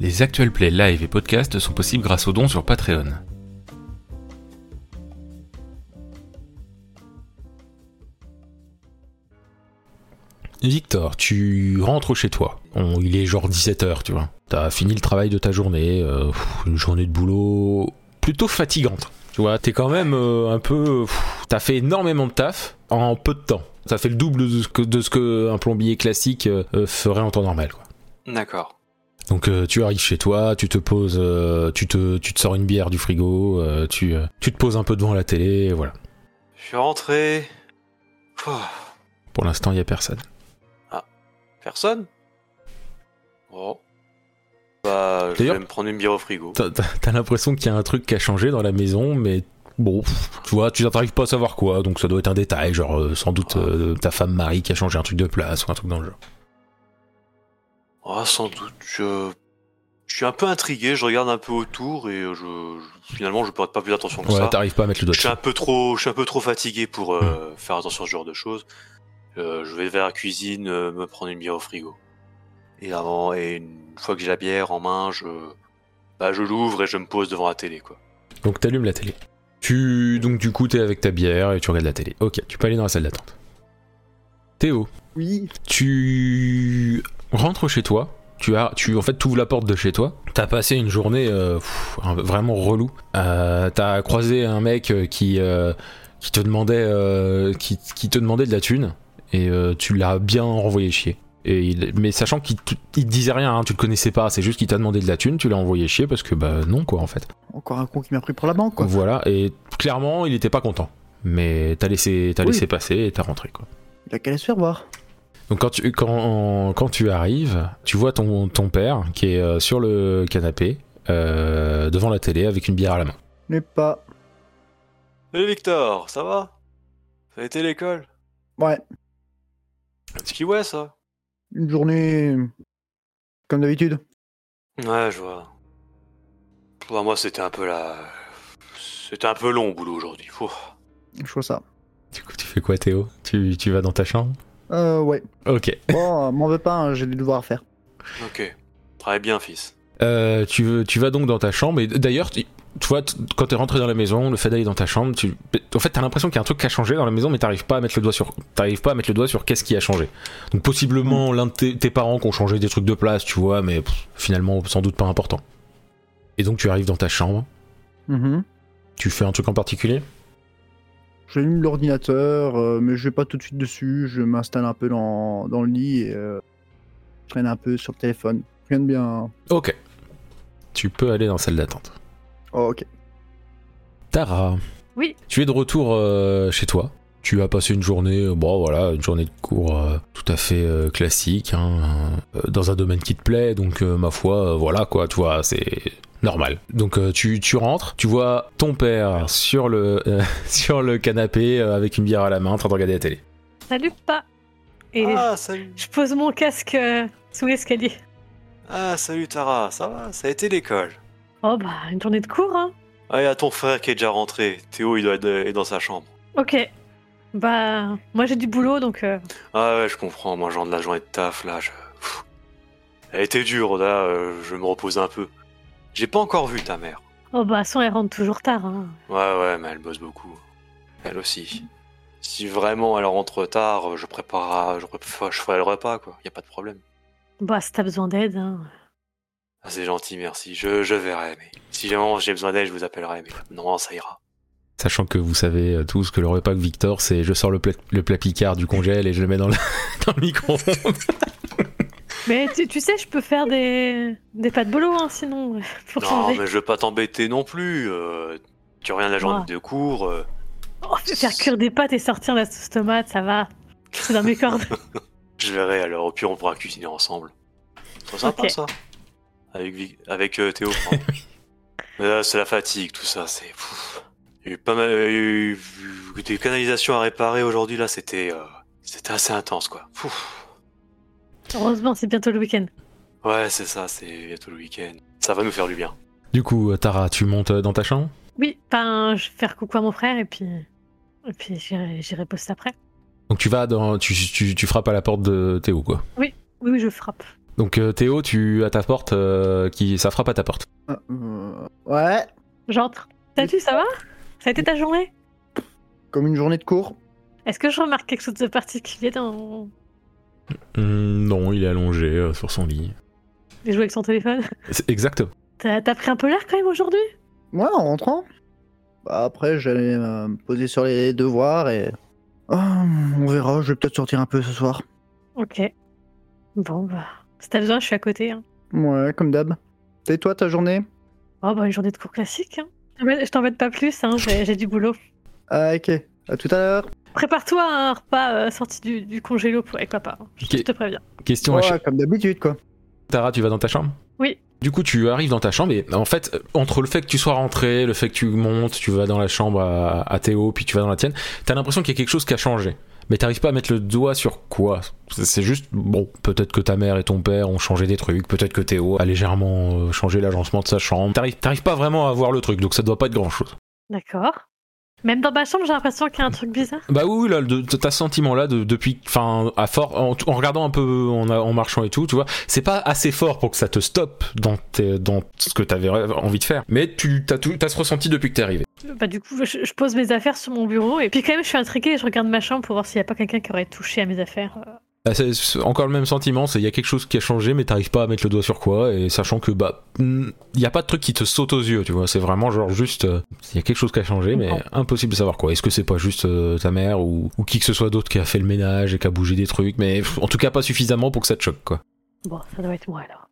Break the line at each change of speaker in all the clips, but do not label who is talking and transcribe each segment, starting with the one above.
Les actuels plays live et podcasts sont possibles grâce aux dons sur Patreon. Victor, tu rentres chez toi. On- il est genre 17h, tu vois. T'as fini le travail de ta journée, euh, pff, une journée de boulot plutôt fatigante. Tu vois, t'es quand même euh, un peu. pff, T'as fait énormément de taf en peu de temps. Ça fait le double de ce que, de ce que un plombier classique euh, euh, ferait en temps normal, quoi.
D'accord.
Donc euh, tu arrives chez toi, tu te poses, euh, tu, te, tu te sors une bière du frigo, euh, tu, euh, tu te poses un peu devant la télé, voilà.
Je suis rentré. Pouh,
Pour l'instant, il y a personne.
personne Oh. Bah, je
D'ailleurs-
vais me prendre une bière au frigo.
T'as- T'as t'as l'impression qu'il y a un truc qui a changé dans la maison, mais bon, pff, tu vois, tu n'arrives pas à savoir quoi, donc ça doit être un détail, genre euh, sans
Ah.
doute euh, ta femme Marie qui a changé un truc de place ou un truc dans le genre.
Oh, sans doute. Je... je suis un peu intrigué, je regarde un peu autour et je... je- finalement je porte pas plus d'attention que
Ouais,
ça.
t'arrives pas à mettre le doigt
Je suis
dessus.
un peu trop, je suis un peu trop fatigué pour euh, faire attention à ce genre de choses. Euh, je vais vers la cuisine, euh, me prendre une bière au frigo. Et avant, et une fois que j'ai la bière en main, je, bah, je l'ouvre et je me pose devant la télé, quoi.
Donc t'allumes la télé. Tu donc du coup t'es avec ta bière et tu regardes la télé. Ok, tu peux aller dans la salle d'attente. Théo,
Oui.
tu rentres chez toi. Tu as, tu en fait, tu ouvres la porte de chez toi. T'as passé une journée euh, pff, un- vraiment relou. Euh, T'as croisé un mec euh, qui euh, qui te demandait euh, qui, qui te demandait de la thune et euh, tu l'as bien renvoyé chier. Et il- mais sachant qu'il te, il te disait rien, hein, tu le connaissais pas, c'est juste qu'il t'a demandé de la thune, tu l'as envoyé chier parce que bah non quoi en fait.
Encore un con qui m'a pris pour la banque, quoi.
Voilà, et clairement, il était pas content. Mais t'as laissé, t'as
Oui.
laissé passer et t'as rentré, quoi.
Il a qu'à aller se faire voir.
Donc quand tu, quand, quand tu arrives, tu vois ton, ton père qui est euh, sur le canapé, euh, devant la télé, avec une bière à la main.
Mais pas.
Salut Victor, ça va Ça a été l'école
Ouais.
C'est qui ouais ça
Une journée. Comme d'habitude.
Ouais, je vois. Pour moi, c'était un peu la... C'était un peu long au boulot aujourd'hui. Pouh.
Je vois ça.
Du coup, tu fais quoi, Théo tu, tu vas dans ta chambre
Euh, ouais.
Ok.
Bon, euh, m'en veux pas, hein, j'ai des devoirs à faire.
Ok. Travaille bien, fils.
Euh, tu, veux- tu vas donc dans ta chambre, et d'ailleurs, tu, tu vois, t- quand t'es rentré dans la maison, le fait d'aller dans ta chambre, tu, en fait, t'as l'impression qu'il y a un truc qui a changé dans la maison, mais t'arrives pas à mettre le doigt sur, t'arrives pas à mettre le doigt sur qu'est-ce qui a changé. Donc, possiblement, l'un de tes, tes parents qui ont changé des trucs de place, tu vois, mais pff, finalement, sans doute pas important. Et donc, tu arrives dans ta chambre,
Mhm.
tu fais un truc en particulier
J'ai mis l'ordinateur, euh, mais je vais pas tout de suite dessus. Je m'installe un peu dans, dans le lit et euh, je traîne un peu sur le téléphone. Rien de bien.
Ok. Tu peux aller dans la salle d'attente.
Oh, ok.
Tara.
Oui.
Tu es de retour euh, chez toi. Tu as passé une journée, euh, bon voilà, une journée de cours euh, tout à fait euh, classique, hein, euh, dans un domaine qui te plaît, donc euh, ma foi, euh, voilà quoi, tu vois, c'est normal. Donc euh, tu, tu rentres, tu vois ton père sur le, euh, sur le canapé euh, avec une bière à la main en train de regarder la télé.
Salut pas. Et
Ah, salut.
je pose mon casque euh, sous l'escalier.
Ah, salut Tara, ça va Ça a été l'école
Oh bah, une journée de cours, hein.
Ah, il y a ton frère qui est déjà rentré. Théo, il doit être euh, est dans sa chambre.
Ok. Bah, moi j'ai du boulot, donc euh,
Ah ouais, je comprends. Moi, genre de la journée de taf, là, je... Pfff. Elle a été dure, là. euh, je me repose un peu. J'ai pas encore vu ta mère.
oh bah, son elle rentre toujours tard. Hein.
Ouais, ouais, mais elle bosse beaucoup. Elle aussi. Si vraiment elle rentre tard, je prépare, je, prép- je ferai le repas, quoi. Y a pas de problème.
Bah, si t'as besoin d'aide, hein.
Ah, c'est gentil, merci. Je, je verrai, mais si vraiment j'ai besoin d'aide, je vous appellerai, mais non, ça ira.
Sachant que vous savez euh, tous que le repas que Victor, c'est je sors le plat, le plat picard du congèle et je le mets dans le, dans le micro-ondes.
Mais tu, tu sais, je peux faire des des pas de boulot, hein, sinon euh, pour
Non,
changer.
mais je veux pas t'embêter non plus. euh, tu reviens de la journée
Ouais.
de cours. euh,
Oh, faire cuire des pâtes et sortir la sauce tomate, ça va. C'est dans mes cordes.
je verrai, alors au pire, on pourra cuisiner ensemble. C'est sympa,
Ok.
ça. Avec, Vic- avec euh, Théo, pardon. Mais là, c'est la fatigue, tout ça, c'est... pfff. Il y a eu pas mal... il y a eu des canalisations à réparer aujourd'hui, là, c'était... euh, c'était assez intense, quoi. Pfff.
Heureusement, c'est bientôt le week-end.
Ouais, c'est ça, c'est bientôt le week-end. Ça va nous faire du bien.
Du coup, euh, Tara, tu montes euh, dans ta chambre
Oui, enfin, je vais faire coucou à mon frère et puis et puis j'irai j'irai poster après.
Donc tu vas dans, tu, tu, tu frappes à la porte de Théo quoi.
Oui, oui, je frappe.
Donc euh, Théo, tu à ta porte, euh, qui ça frappe à ta porte.
Ah, euh, ouais,
J'entre. Salut, ça va Ça a été ta journée
comme une journée de cours.
Est-ce que je remarque quelque chose de particulier dans
Hmm, non, il est allongé euh, sur son lit.
les jouets avec son téléphone
C'est- Exactement.
T'as t'as pris un peu l'air quand même aujourd'hui
Ouais, en rentrant. Bah, après, j'allais euh, me poser sur les devoirs et. Ah, on verra, je vais peut-être sortir un peu ce soir.
Ok. Bon, bah. Si t'as besoin, je suis à côté. Hein.
Ouais, comme d'hab. Et toi, ta journée
Oh, bah, une journée de cours classique. Hein. Je t'embête- Je t'embête pas plus, hein, j'ai j'ai du boulot.
Ah, ok. À tout à l'heure.
Prépare-toi à un repas euh, sorti du, du congélo pour, avec papa. hein. Je,
Ok.
je te préviens.
Question à
Ouais, comme d'habitude, quoi.
Tara, tu vas dans ta chambre
Oui.
Du coup, tu arrives dans ta chambre et en fait, euh, entre le fait que tu sois rentré, le fait que tu montes, tu vas dans la chambre à, à Théo, puis tu vas dans la tienne, t'as l'impression qu'il y a quelque chose qui a changé. Mais t'arrives pas à mettre le doigt sur quoi. C'est c'est juste, bon, peut-être que ta mère et ton père ont changé des trucs, peut-être que Théo a légèrement euh, changé l'agencement de sa chambre. T'arrives t'arrives pas vraiment à voir le truc, donc ça doit pas être grand-chose.
D'accord. Même dans ma chambre, j'ai l'impression qu'il y a un truc bizarre.
Bah oui, oui, là, de- t'as ce sentiment-là de- depuis, enfin, à fort, en, en regardant un peu, en, en marchant et tout, tu vois, c'est pas assez fort pour que ça te stoppe dans, tes- dans ce que t'avais envie de faire. Mais tu t'as tout- t'as ce ressenti depuis que t'es arrivé.
Bah, du coup, je, je pose mes affaires sur mon bureau et puis quand même, je suis intriguée et je regarde ma chambre pour voir s'il n'y a pas quelqu'un qui aurait touché à mes affaires. euh.
Bah, c'est c'est encore le même sentiment, c'est il y a quelque chose qui a changé, mais t'arrives pas à mettre le doigt sur quoi, et sachant que bah, il y a pas de truc qui te saute aux yeux, tu vois, c'est vraiment genre juste, il y a quelque chose qui a changé, mais
Non.
impossible de savoir quoi. Est-ce que c'est pas juste euh, ta mère ou, ou qui que ce soit d'autre qui a fait le ménage et qui a bougé des trucs, mais pff, en tout cas pas suffisamment pour que ça te choque, quoi.
Bon, ça doit être moi alors.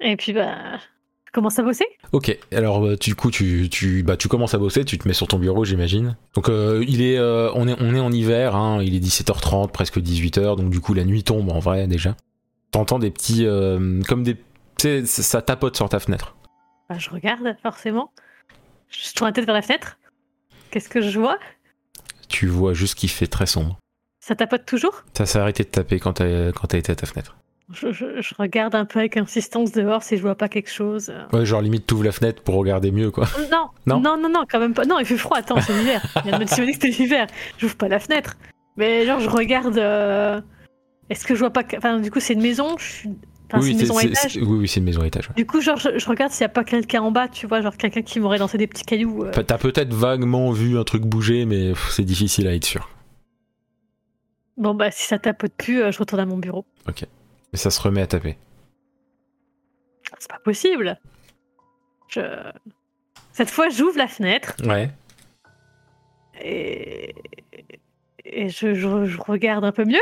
Et puis, bah. Je commence à bosser
Ok, alors euh, du coup tu, tu, bah, tu commences à bosser, tu te mets sur ton bureau j'imagine. Donc euh, il est, euh, on, est, on est en hiver, hein, il est 17h30, presque 18h, donc du coup la nuit tombe en vrai déjà. T'entends des petits... euh, comme des... tu sais, ça ça tapote sur ta fenêtre.
Bah, Je regarde, forcément. Je tourne la tête vers la fenêtre. Qu'est-ce que je vois
Tu vois juste qu'il fait très sombre.
Ça tapote toujours
Ça s'est arrêté de taper quand t'as quand t'as été à ta fenêtre.
Je, je- je regarde un peu avec insistance dehors si je vois pas quelque chose. Euh,
Ouais, genre limite t'ouvres la fenêtre pour regarder mieux quoi.
Non,
Non.
non, non, non, quand même pas. Non, il fait froid, attends, c'est l'hiver. Il vient de me dire que c'était l'hiver. J'ouvre pas la fenêtre. Mais genre, je regarde. euh, Est-ce que je vois pas. que- Enfin, du coup, c'est une maison. Je suis... Enfin, c'est une
c'est-
maison à
c'est-
étage.
c'est- oui, oui, c'est une maison à étage. ouais.
Du coup, genre, je, je regarde s'il y a pas quelqu'un en bas, tu vois, genre quelqu'un qui m'aurait lancé des petits cailloux. euh.
Pe- T'as peut-être vaguement vu un truc bouger, mais pff, c'est difficile à être sûr.
Bon, bah, si ça tapote plus, euh, je retourne à mon bureau.
Mais ça se remet à taper.
C'est pas possible. Je. Cette fois, j'ouvre la fenêtre.
Ouais.
et, et je, je- je regarde un peu mieux.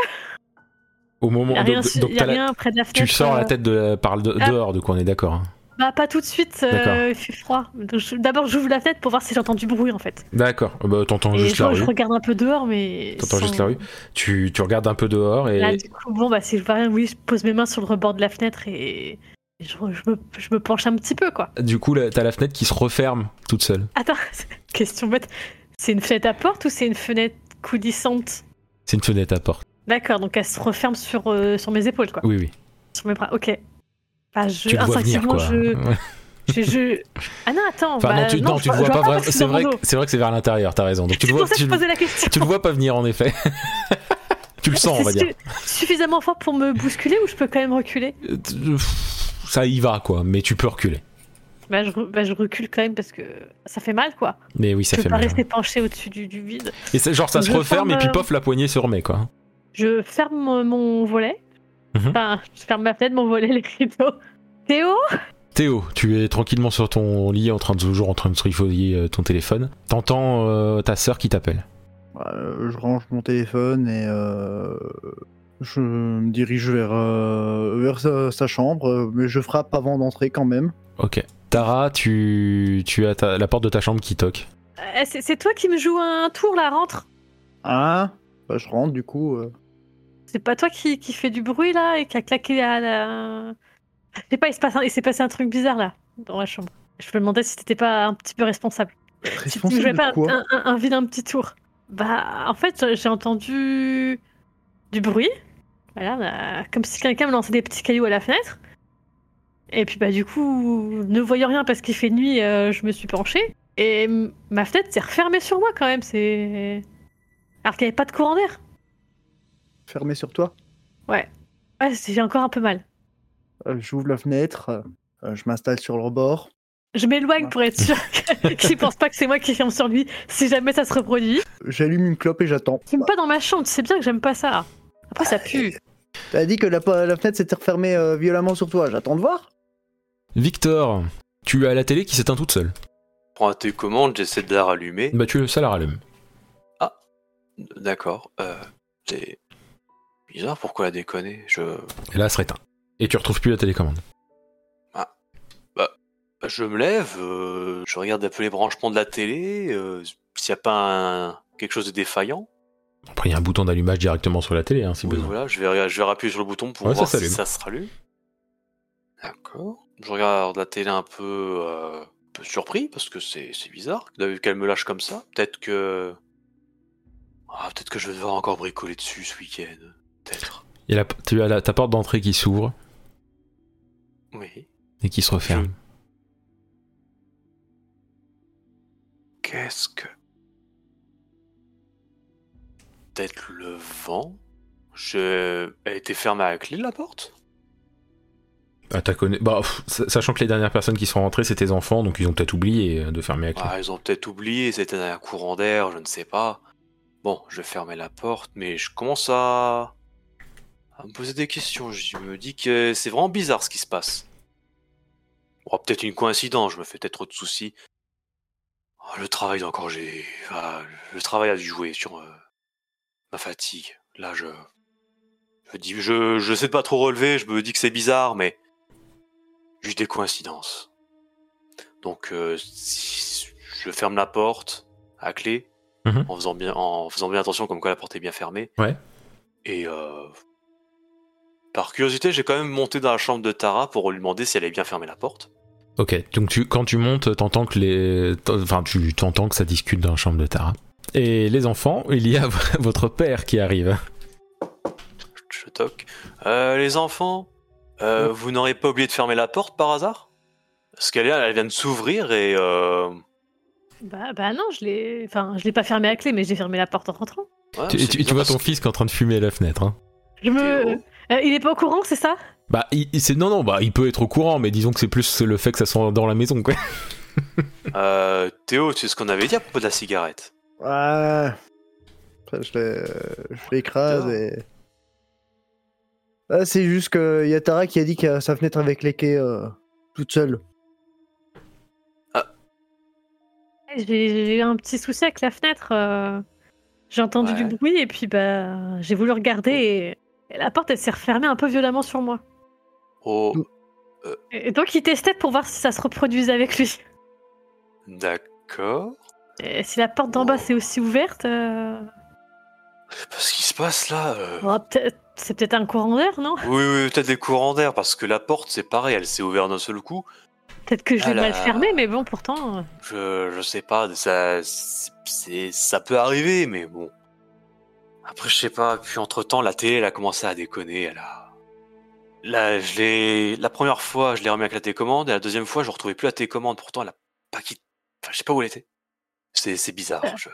Au moment
Il n'y a rien,
donc-
su-
donc
y a
t'as la-
rien près de la fenêtre.
Tu sors la
euh,
tête de la, par le-
Ah.
dehors, de quoi on est d'accord. hein.
Bah, pas tout de suite, euh,
D'accord.
il fait froid. Donc, je- D'abord, j'ouvre la fenêtre pour voir si j'entends du bruit en fait.
D'accord. Euh, Bah, t'entends
Et
juste
je,
la
je
rue.
regarde un peu dehors, mais.
T'entends juste la rue. Tu, tu regardes un peu dehors et
Là, du coup, bon, bah, si je vois rien, oui, je pose mes mains sur le rebord de la fenêtre et. et Je, je me, je me penche un petit peu quoi.
du coup là, t'as la fenêtre qui se referme toute seule.
Attends, question bête. C'est une fenêtre à porte ou c'est une fenêtre coulissante
C'est une fenêtre à porte.
D'accord, donc elle se referme sur, euh, sur mes épaules quoi.
Oui, oui.
Sur mes bras, ok. Bah, je,
Tu le vois venir
instinctivement,
quoi.
je, Je, je- Ah non, attends.
Enfin
bah,
non, tu, non,
je
tu le vois
vois- je
pas
vois
vraiment.
parce que
C'est
dans
vrai,
mon
que-
dos.
c'est vrai que c'est vers l'intérieur. T'as raison. Donc tu
C'est
le vois,
pour ça que
tu,
je
le-
posais la question.
tu le vois pas venir en effet. tu le sens on
C'est
va dire.
su- suffisamment fort pour me bousculer ou je peux quand même reculer
Euh, t- euh, pff, Ça y va quoi, mais tu peux reculer.
bah je, re- bah, je recule quand même parce que ça fait mal quoi.
Mais oui, ça
je
fait
peux pas
mal. hein.
rester penché au-dessus du, du vide.
Et c'est genre ça se
Je
referme et
ferme,
puis
euh,
pof, la poignée se remet quoi.
Je ferme mon- mon volet.
Mhm.
Enfin, je ferme ma fenêtre, mon volet, les rideaux. Théo
Théo, tu es tranquillement sur ton lit, en train de toujours en train de trifouiller euh, ton téléphone. T'entends euh, ta sœur qui t'appelle.
Euh, je range mon téléphone et euh, je me dirige vers, euh, vers sa, sa chambre, euh, mais je frappe avant d'entrer quand même.
Ok. Tara, tu, tu as ta- la porte de ta chambre qui toque.
Eh, C'est c'est toi qui me joues un tour là, rentre
Hein Bah, Je rentre du coup. euh.
C'est pas toi qui, qui fait du bruit là et qui a claqué à la. Je sais pas, il s'est passé, un- il s'est passé un truc bizarre là, dans la chambre. Je me demandais si t'étais pas un petit peu responsable. Si tu me
Responsable
jouais
de
pas
quoi
un, un, un vilain petit tour. Bah, en fait, j'ai entendu du bruit. Voilà, bah, comme si quelqu'un me lançait des petits cailloux à la fenêtre. Et puis, bah, du coup, ne voyant rien parce qu'il fait nuit, euh, je me suis penchée. Et m- ma fenêtre s'est refermée sur moi quand même. C'est. Alors qu'il n'y avait pas de courant d'air.
Fermé sur toi
Ouais, c'est- j'ai encore un peu mal.
euh, j'ouvre la fenêtre, euh, je m'installe sur le rebord.
Je m'éloigne
Ouais.
pour être sûr que- qu'il pense pas que c'est moi qui ferme sur lui si jamais ça se reproduit.
J'allume une clope et j'attends.
J'aime pas dans ma chambre, tu sais bien que j'aime pas ça. Après, ça pue.
T'as dit que la, po- la fenêtre s'était refermée euh, violemment sur toi, j'attends de voir.
Victor, tu as la télé qui s'éteint toute seule.
Prends la télécommande, j'essaie de la rallumer.
Bah, tu, ça la rallume.
D'accord. euh, c'est bizarre pourquoi la déconner. Je,
Et là, elle se réteint. Et tu retrouves plus la télécommande.
Bah, je me lève, euh, je regarde un peu les branchements de la télé, euh, s'il n'y a pas un- quelque chose de défaillant.
Après, il y a un bouton d'allumage directement sur la télé, hein, si
Oui,
besoin.
voilà, je vais, je vais appuyer sur le bouton pour
Ouais, ça
voir si
s'allume.
ça se rallume. D'accord. Je regarde la télé un peu, euh, un peu surpris parce que c'est c'est bizarre d'avoir- qu'elle me lâche comme ça. Peut-être que. Ah, peut-être que je vais devoir encore bricoler dessus ce week-end. Peut-être.
Et la- tu as la- ta porte d'entrée qui s'ouvre
Oui.
et qui se referme.
Qu'est-ce que. Peut-être le vent je... Elle était fermée à la clé la porte
Ah, t'as connu- bah, pff, sa- sachant que les dernières personnes qui sont rentrées, c'est tes enfants, donc ils ont peut-être oublié euh, de fermer la clé.
Ah, ils ont peut-être oublié, c'était un courant d'air, je ne sais pas. Bon, je vais fermer la porte, mais je commence à. à me poser des questions. Je me dis que c'est vraiment bizarre ce qui se passe. Bon, peut-être une coïncidence, je me fais peut-être trop de soucis. Oh, le travail encore, j'ai. ah, le travail a dû jouer sur euh, ma fatigue. Là, je. Je dis, je, je sais pas trop relever, je me dis que c'est bizarre, mais. Juste des coïncidences. Donc euh, si- je ferme la porte à clé
Mhm.
en faisant bien en faisant bien attention comme quoi la porte est bien fermée.
Ouais.
Et euh, par curiosité, j'ai quand même monté dans la chambre de Tara pour lui demander si elle avait bien fermé la porte.
Ok, donc tu, quand tu montes, t'entends que les, t'en- enfin tu t'entends que ça discute dans la chambre de Tara. Et les enfants, il y a v- votre père qui arrive.
Je toque. Euh, les enfants, euh, vous n'aurez pas oublié de fermer la porte par hasard Parce qu'elle est- elle vient de s'ouvrir et euh,
Bah, bah non, je l'ai. Enfin, je l'ai pas fermé à clé, mais j'ai fermé la porte en rentrant.
ouais,
tu,
Ah, c'est
et tu- et tu
bizarre
vois
parce
ton
que-
fils qui est en train de fumer à la fenêtre. hein.
Je me.
Théo.
Euh, il est pas au courant, c'est ça
Bah, il, il- c'est non non, bah il peut être au courant, mais disons que c'est plus le fait que ça soit dans la maison quoi.
Euh, Théo, tu sais ce qu'on avait dit à propos de la cigarette
Ah. Ça, je l'ai- euh, je l'écrase
Putain.
et. Ah, c'est juste que y a Tara qui a dit que sa fenêtre avait claqué euh, toute seule.
J'ai- J'ai eu un petit souci avec la fenêtre. euh, J'ai entendu
Ouais.
du bruit et puis bah j'ai voulu regarder et, et la porte elle s'est refermée un peu violemment sur moi.
Oh,
Et et donc il testait pour voir si ça se reproduisait avec lui.
d'accord.
Et si la porte d'en
Oh.
bas c'est aussi ouverte, euh,
Ce qui se passe là euh,
bon, peut-être- c'est peut-être un courant d'air, non
Oui, oui, peut-être des courants d'air, parce que la porte, c'est pareil, elle s'est ouverte d'un seul coup.
Peut-être que je l'ai
Ah là
mal
là.
fermé, mais bon pourtant. euh,
Je, je sais pas, ça, c'est, ça peut arriver, mais bon. Après, je sais pas, puis entre-temps, la télé, elle a commencé à déconner, elle a... Là, je l'ai... La première fois, je l'ai remis avec la télécommande, et la deuxième fois, je retrouvais plus la télécommande, pourtant, elle a pas quitté... Enfin, je sais pas où elle était. C'est, c'est bizarre,
Ah.
je...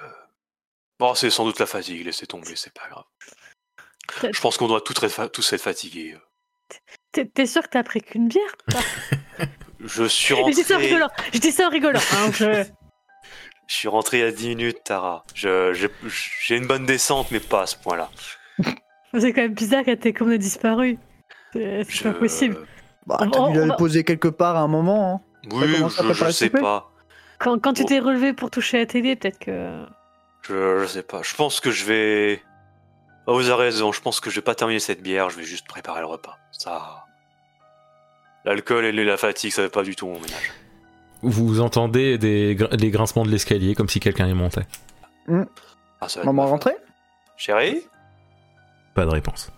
Bon, c'est sans doute la fatigue, laissez tomber, c'est pas grave. Je pense qu'on doit tous être- tous être fatigués.
T'es- T'es sûr que t'as pris qu'une bière
Je suis
Mais
rentré.
Je dis ça en rigolant. Je dis ça en rigolant. hein, je-
Je suis rentré il y a 10 minutes, Tara. Je- J'ai j'ai une bonne descente, mais pas à ce point-là.
C'est quand même bizarre qu'elle t'ait comme disparu. C'est c'est pas
Je- euh,
possible.
Bah,
Ah,
t'as
on-
dû la
on va-
poser quelque part à un moment. hein.
Oui,
commence à
je, je
préparer le
sais
souper.
pas.
Quand, quand tu
Oh.
t'es relevé pour toucher la télé, peut-être que.
Je, je sais pas. Je pense que je vais. Oh, vous avez raison. Je pense que je vais pas terminer cette bière. Je vais juste préparer le repas. Ça. L'alcool et la fatigue, ça fait pas du tout mon ménage.
Vous entendez des, gr- des grincements de l'escalier comme si quelqu'un y montait.
Ah, ça va être
Maman
ma faute.
rentrée
Chérie
Pas de réponse.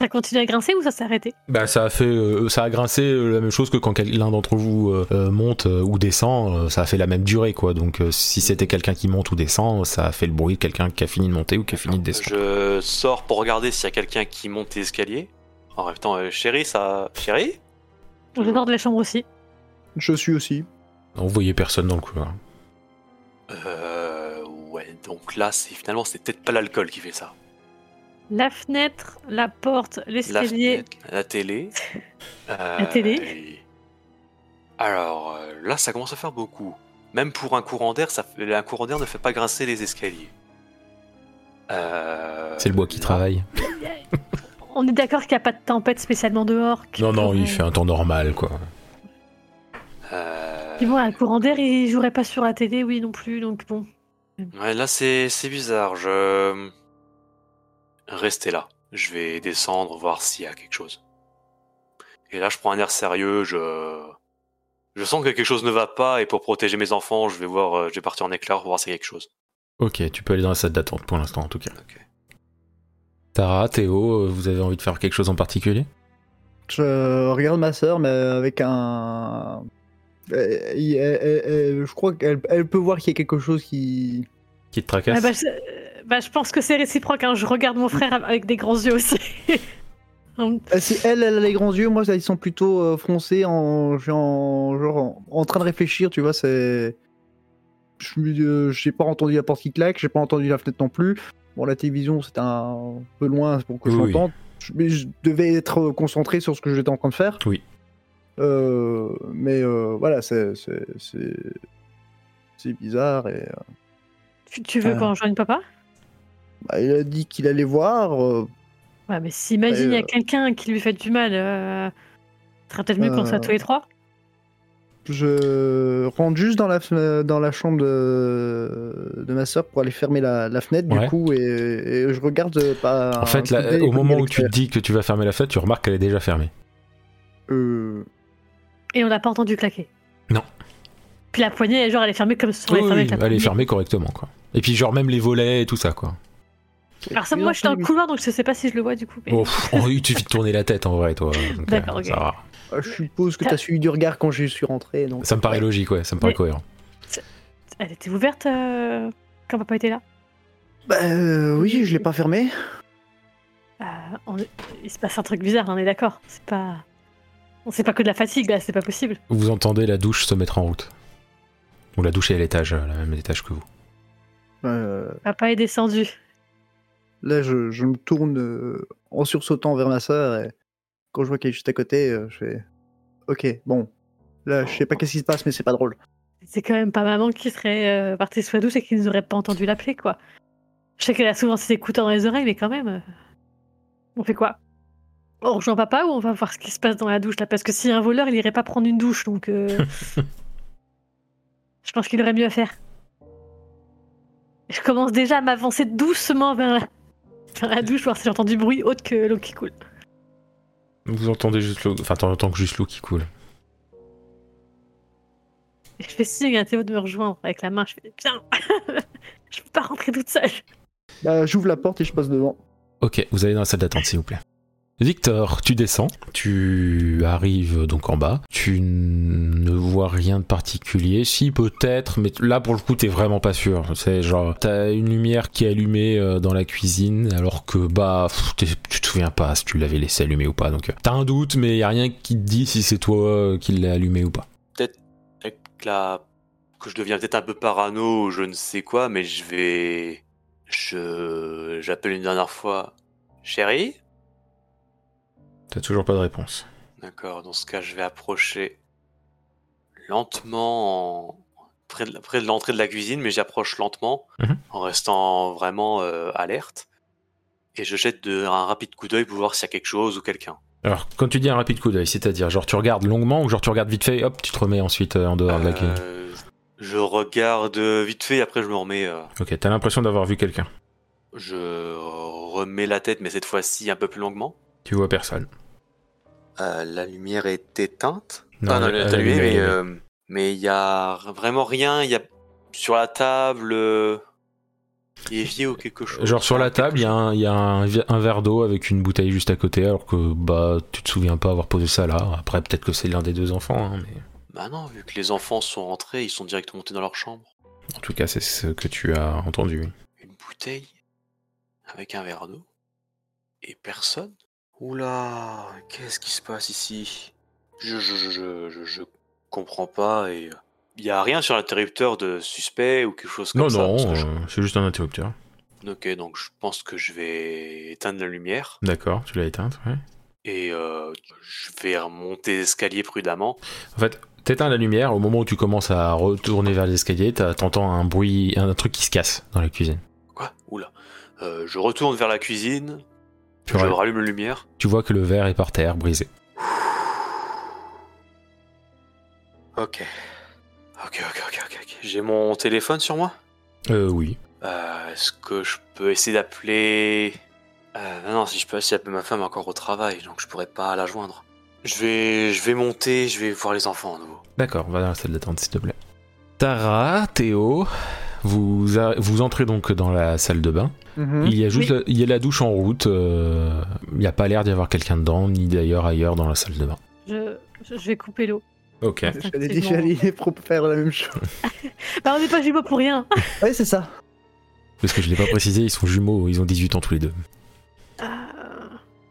Ça continue à grincer ou ça s'est arrêté
Bah ça a fait, euh, ça a grincé euh, la même chose que quand quel- l'un d'entre vous euh, euh, monte euh, ou descend, euh, ça a fait la même durée quoi. Donc euh, si c'était quelqu'un qui monte ou descend, ça a fait le bruit de quelqu'un qui a fini de monter ou qui a fini de descendre.
Je sors pour regarder s'il y a quelqu'un qui monte les escaliers. En même temps, euh, chérie, ça. Chérie
Je sors de la chambre aussi.
Je suis aussi.
On voyait personne dans le couloir.
Euh. Ouais, donc là, c'est finalement, c'est peut-être pas l'alcool qui fait ça.
La fenêtre, la porte,
la,
l'escalier.
fenêtre, la télé.
La
euh,
télé.
et- Alors euh, là, ça commence à faire beaucoup. Même pour un courant d'air, ça... fait- un courant d'air ne fait pas grincer les escaliers. Euh,
C'est le bois qui
là,
travaille.
On est d'accord qu'il n'y a pas de tempête spécialement dehors. qui
Non, non,
pourrait-
il fait un temps normal, quoi.
euh,
Puis bon, un courant d'air, il jouerait pas sur la télé, oui, non plus, donc bon.
Ouais, là, c'est c'est bizarre. Je... Restez là. Je vais descendre, voir s'il y a quelque chose. Et là, je prends un air sérieux. Je... je sens que quelque chose ne va pas. Et pour protéger mes enfants, je vais voir. euh, Je vais partir en éclair pour voir s'il y a quelque chose.
Ok, tu peux aller dans la salle d'attente pour l'instant, en tout cas.
Ok.
Tara, Théo, euh, vous avez envie de faire quelque chose en particulier
Je regarde ma sœur, mais avec un. Euh, il- elle- elle- elle- je crois qu'elle elle peut voir qu'il y a quelque chose qui.
Qui te
Ah
tracasse
bah, je, euh, bah, je pense que c'est réciproque, hein. je regarde mon frère avec des grands yeux aussi. Hum,
Euh, Si elle, elle a les grands yeux, moi, ils sont plutôt euh, froncés, en, j'ai en, genre en, en train de réfléchir, tu vois, c'est. Je me- euh, J'ai pas entendu la porte qui claque, j'ai pas entendu la fenêtre non plus. Bon, la télévision, c'était un peu loin pour que je
Oui, oui.
l'entende. Je- Mais je devais être concentré sur ce que j'étais en train de faire.
Oui.
Euh, mais euh, voilà, c'est. c'est- C'est c'est bizarre et. euh,
tu, tu veux
Euh.
Ah.
qu'on rejoigne papa
Bah, il a dit qu'il allait voir. euh,
Ouais, mais s'imagine, il y
Ouais,
a quelqu'un qui lui fait du mal, euh, ce serait peut-être mieux qu'on soit
Euh.
tous les trois.
je rentre juste dans la, fene- dans la chambre de, de ma soeur pour aller fermer la, la fenêtre,
Ouais.
du coup, et, et je regarde euh, pas.
En fait, là, au moment où tu te dis que tu vas fermer la fenêtre, tu remarques qu'elle est déjà fermée.
Euh,
Et on n'a pas entendu claquer.
Non.
Puis la poignée, genre, elle est fermée comme si on
Oui,
l'avait fermée
oui,
avec la
elle est
poignée.
fermée correctement, quoi. Et puis, genre, même les volets et tout ça, quoi.
Alors ça, moi, je suis dans le couloir, donc je sais pas si je le vois du coup. mais-
Oh, pff, oh, il te suffit de tourner la tête, en vrai, toi. Donc,
D'accord,
euh,
ok.
ça, va.
Euh, Je suppose que tu as suivi du regard quand je suis rentré. Donc...
Ça me paraît logique, ouais, ça me paraît
Mais-
cohérent.
Elle était ouverte euh, quand papa était là
Bah, euh, oui, je l'ai pas fermé.
Euh, on- Il se passe un truc bizarre, on est d'accord. C'est pas... On sait pas que de la fatigue, là, c'est pas possible.
Vous entendez la douche se mettre en route. Ou la douche est à l'étage, euh, la même étage que vous.
Euh,
Papa est descendu.
là, je, je me tourne euh, en sursautant vers ma soeur, et quand je vois qu'elle est juste à côté, euh, je fais Ok, bon. Là, je sais pas qu'est-ce qui se passe, mais c'est pas drôle.
C'est quand même pas maman qui serait euh, partie sous la douche et qui nous aurait pas entendu l'appeler, quoi. Je sais qu'elle a souvent ses écouteurs dans les oreilles, mais quand même. euh, On fait quoi On rejoint papa ou on va voir ce qui se passe dans la douche, là Parce que si un voleur, il irait pas prendre une douche, donc. euh, Je pense qu'il aurait mieux à faire. Je commence déjà à m'avancer doucement vers la, vers la douche, voir si j'entends du bruit autre que l'eau qui coule.
Vous entendez juste l'eau, enfin, t'entends que juste l'eau qui coule.
Et je fais signe à Théo de me rejoindre avec la main. Je fais Viens Je peux pas rentrer toute seule.
Bah, j'ouvre la porte et je passe devant.
Ok, vous allez dans la salle d'attente, s'il vous plaît. Victor, tu descends, tu arrives donc en bas, tu n- ne vois rien de particulier, si peut-être, mais là pour le coup t'es vraiment pas sûr. C'est genre t'as une lumière qui est allumée euh, dans la cuisine, alors que bah pff, t'es- tu te souviens pas si tu l'avais laissé allumer ou pas, donc euh, t'as un doute, mais y a rien qui te dit si c'est toi euh, qui l'as allumé ou pas.
Avec la... que je deviens peut-être un peu parano, je ne sais quoi, mais je vais. Je. J'appelle une dernière fois. Chérie
T'as toujours pas de réponse.
D'accord, dans ce cas, je vais approcher lentement en- près de, la- près de l'entrée de la cuisine, mais j'approche lentement
Mhm.
en restant vraiment euh, alerte. Et je jette de- un rapide coup d'œil pour voir s'il y a quelque chose ou quelqu'un.
Alors quand tu dis un rapide coup d'œil, c'est-à-dire genre tu regardes longuement ou genre tu regardes vite fait, et hop tu te remets ensuite euh, en dehors de la cuisine.
Euh, je regarde vite fait, après je me remets. euh,
Ok, t'as l'impression d'avoir vu quelqu'un.
je remets la tête, mais cette fois-ci un peu plus longuement.
Tu vois personne.
Euh, la lumière est éteinte.
Non,
Ah, non,
elle-
elle est
elle est
allumée,
allumée,
mais
elle est
euh, mais il y a vraiment rien. Il y a sur la table, euh, évier ou quelque chose.
Genre sur la
Quelque
table, il y a un, il y a un vi- un verre d'eau avec une bouteille juste à côté, alors que bah tu te souviens pas avoir posé ça là. Après peut-être que c'est l'un des deux enfants, hein, mais
chose. Bah non, vu que les enfants sont rentrés, ils sont directement montés dans leur chambre.
en tout cas c'est ce que tu as entendu. oui.
Une bouteille avec un verre d'eau et personne. Oula, qu'est-ce qui se passe ici je, je, je, je, je, je comprends pas et il y a rien sur l'interrupteur de suspect ou quelque chose comme
Non
ça. parce que
non,
je-
euh, c'est juste un interrupteur.
Ok, donc je pense que je vais éteindre la lumière
D'accord, tu l'as éteinte, ouais.
et euh, je vais remonter l'escalier prudemment.
En fait, t'éteins la lumière, au moment où tu commences à retourner vers l'escalier, t'as- t'entends un bruit, un truc qui se casse dans la cuisine.
Quoi Oula. Euh, je retourne vers la cuisine,
Tu,
je
vois-
rallume la lumière.
tu vois que le verre est par terre, brisé.
Ok. Ok, ok, ok, ok. ok. J'ai mon téléphone sur moi
Euh, oui.
Euh, Est-ce que je peux essayer d'appeler Euh, Non, non, si je peux essayer d'appeler ma femme est encore au travail, donc je pourrais pas la joindre. Je vais, je vais monter, je vais voir les enfants à nouveau.
D'accord, va dans la salle d'attente, s'il te plaît. Tara, Théo, vous, a- vous entrez donc dans la salle de bain.
Mhm.
Il y a juste la, il y a la douche en route. euh, il n'y a pas l'air d'y avoir quelqu'un dedans, ni d'ailleurs ailleurs dans la salle de bain.
Je, je je vais couper l'eau.
Ok.
J'allais dire- J'allais pro- faire la même chose.
Bah, on n'est pas jumeaux pour rien.
Ouais, c'est ça.
Parce que je ne l'ai pas précisé, ils sont jumeaux, ils ont 18 ans tous les deux.
Euh,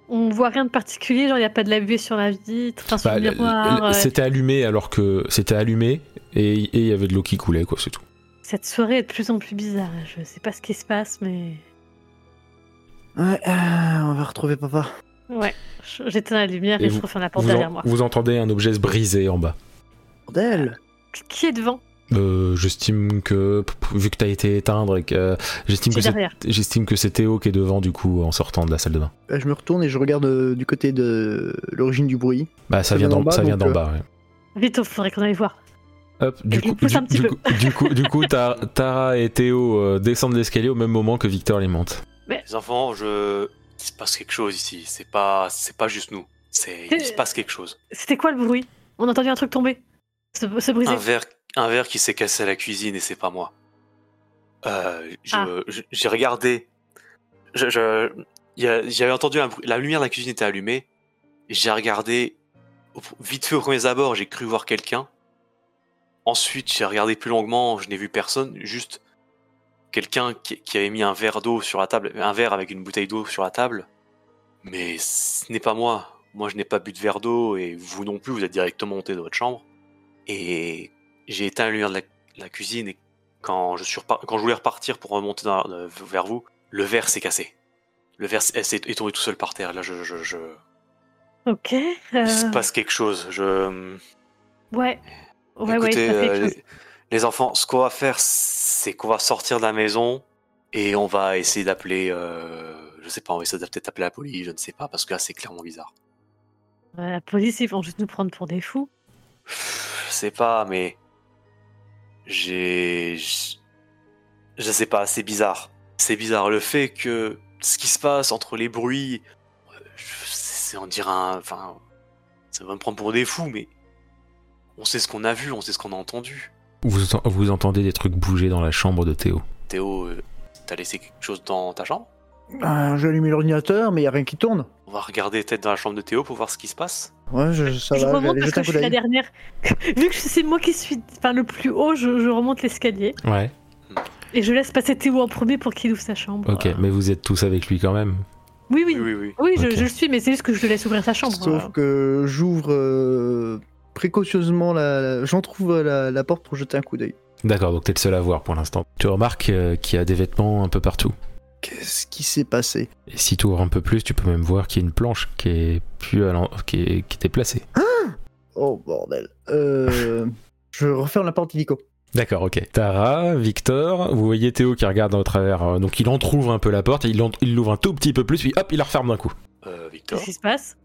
on voit rien de particulier, genre il n'y a pas de la buée sur la vitre, enfin, sur
Bah,
le
l- l-
miroir. euh,
C'était allumé alors que c'était allumé et et il y avait de l'eau qui coulait, quoi, c'est tout.
Cette soirée est de plus en plus bizarre. Je sais pas ce qui se passe, mais.
Ouais, euh, on va retrouver papa.
Ouais, je- j'éteins la lumière
Et
et, je referme la porte
Vous, en-
derrière moi.
vous entendez un objet se briser en bas.
Bordel
Qui est devant
Euh, j'estime que, p- p- vu que t'as été éteindre et que. euh, J'estime
Qui
que
est
c'est-
derrière
j'estime que c'est Théo qui est devant, du coup, en sortant de la salle de bain.
Bah, Je me retourne et je regarde euh, du côté de l'origine du bruit.
Bah, ça, vient d'en
bas,
ça vient
donc,
d'en
euh,
bas, ouais.
Vite, il faudrait qu'on aille voir.
Hop, du
je
coup,
le pousse
du,
un petit
du
peu.
coup, du coup, du coup, Ta- Tara et Théo euh, descendent l'escalier au même moment que Victor les monte.
Les enfants, je. Il se passe quelque chose ici. C'est pas, c'est pas juste nous. C'est, il se passe quelque chose.
C'était quoi le bruit On a entendu un truc tomber, se, se briser.
Un verre, un verre qui s'est cassé à la cuisine et c'est pas moi. Euh, je-
Ah.
je- j'ai regardé. Je, je- il y a- j'avais entendu un bruit. La lumière de la cuisine était allumée. J'ai regardé au- vite fait aux premiers abords. J'ai cru voir quelqu'un. Ensuite, j'ai regardé plus longuement. Je n'ai vu personne. Juste quelqu'un qui, qui avait mis un verre d'eau sur la table, un verre avec une bouteille d'eau sur la table. Mais ce n'est pas moi. Moi, je n'ai pas bu de verre d'eau et vous non plus. Vous êtes directement monté de votre chambre. Et j'ai éteint la lumière de la, la cuisine et quand je, suis repar- quand je voulais repartir pour remonter dans la- vers vous, le verre s'est cassé. Le verre s'est- s'est- est tombé tout seul par terre. Là, je, je- je-
Ok.
Ah. il se
euh,
passe quelque chose. Je,
Ouais. Ouais, ouais, il
Écoutez,
se passe quelque
euh,
chose.
les, les enfants, ce qu'on va faire, c'est qu'on va sortir de la maison et on va essayer d'appeler. euh, je sais pas, on va essayer d'appeler d'appeler la police, je ne sais pas, parce que là, c'est clairement bizarre.
Ouais, Euh, La police, ils vont juste nous prendre pour des fous.
Je sais pas, mais. J'ai. j- Je sais pas, c'est bizarre. C'est bizarre. Le fait que ce qui se passe entre les bruits. euh, je- C'est on dirait un. Enfin. Ça va me prendre pour des fous, mais. On sait ce qu'on a vu, on sait ce qu'on a entendu.
Vous, ent- vous entendez des trucs bouger dans la chambre de Théo.
Théo, euh, t'as laissé quelque chose dans ta chambre
Ah, J'ai allumé l'ordinateur, mais il a rien qui tourne.
On va regarder peut-être dans la chambre de Théo pour voir ce qui se passe.
Ouais, je, ça
je
va, je vais
remonte
aller
parce
jeter
que
un
je
coup
suis
d'œil.
la dernière. Vu que c'est moi qui suis enfin, le plus haut, je, je remonte l'escalier.
Ouais.
Et je laisse passer Théo en premier pour qu'il ouvre sa chambre.
Ok, mais vous êtes tous avec lui quand même.
Oui, oui.
Oui,
Oui,
oui, oui.
je,
Ok.
je le suis, mais c'est juste que je le laisse ouvrir sa chambre. Euh,
Sauf que j'ouvre euh, précautieusement la. J'en trouve la, la porte pour jeter un coup d'œil.
D'accord, donc t'es le seul à voir pour l'instant. Tu remarques euh, qu'il y a des vêtements un peu partout.
Qu'est-ce qui s'est passé
Et si tu ouvres un peu plus, tu peux même voir qu'il y a une planche qui est plus à l'en- qui, est- qui était placée.
Oh bordel. Euh, je referme la porte illico.
D'accord, ok. Tara, Victor, vous voyez Théo qui regarde au travers. euh, donc il entrouvre un peu la porte, et il en- il l'ouvre un tout petit peu plus, puis hop, il la referme d'un coup.
Euh, Victor,
Qu'est-ce qui se passe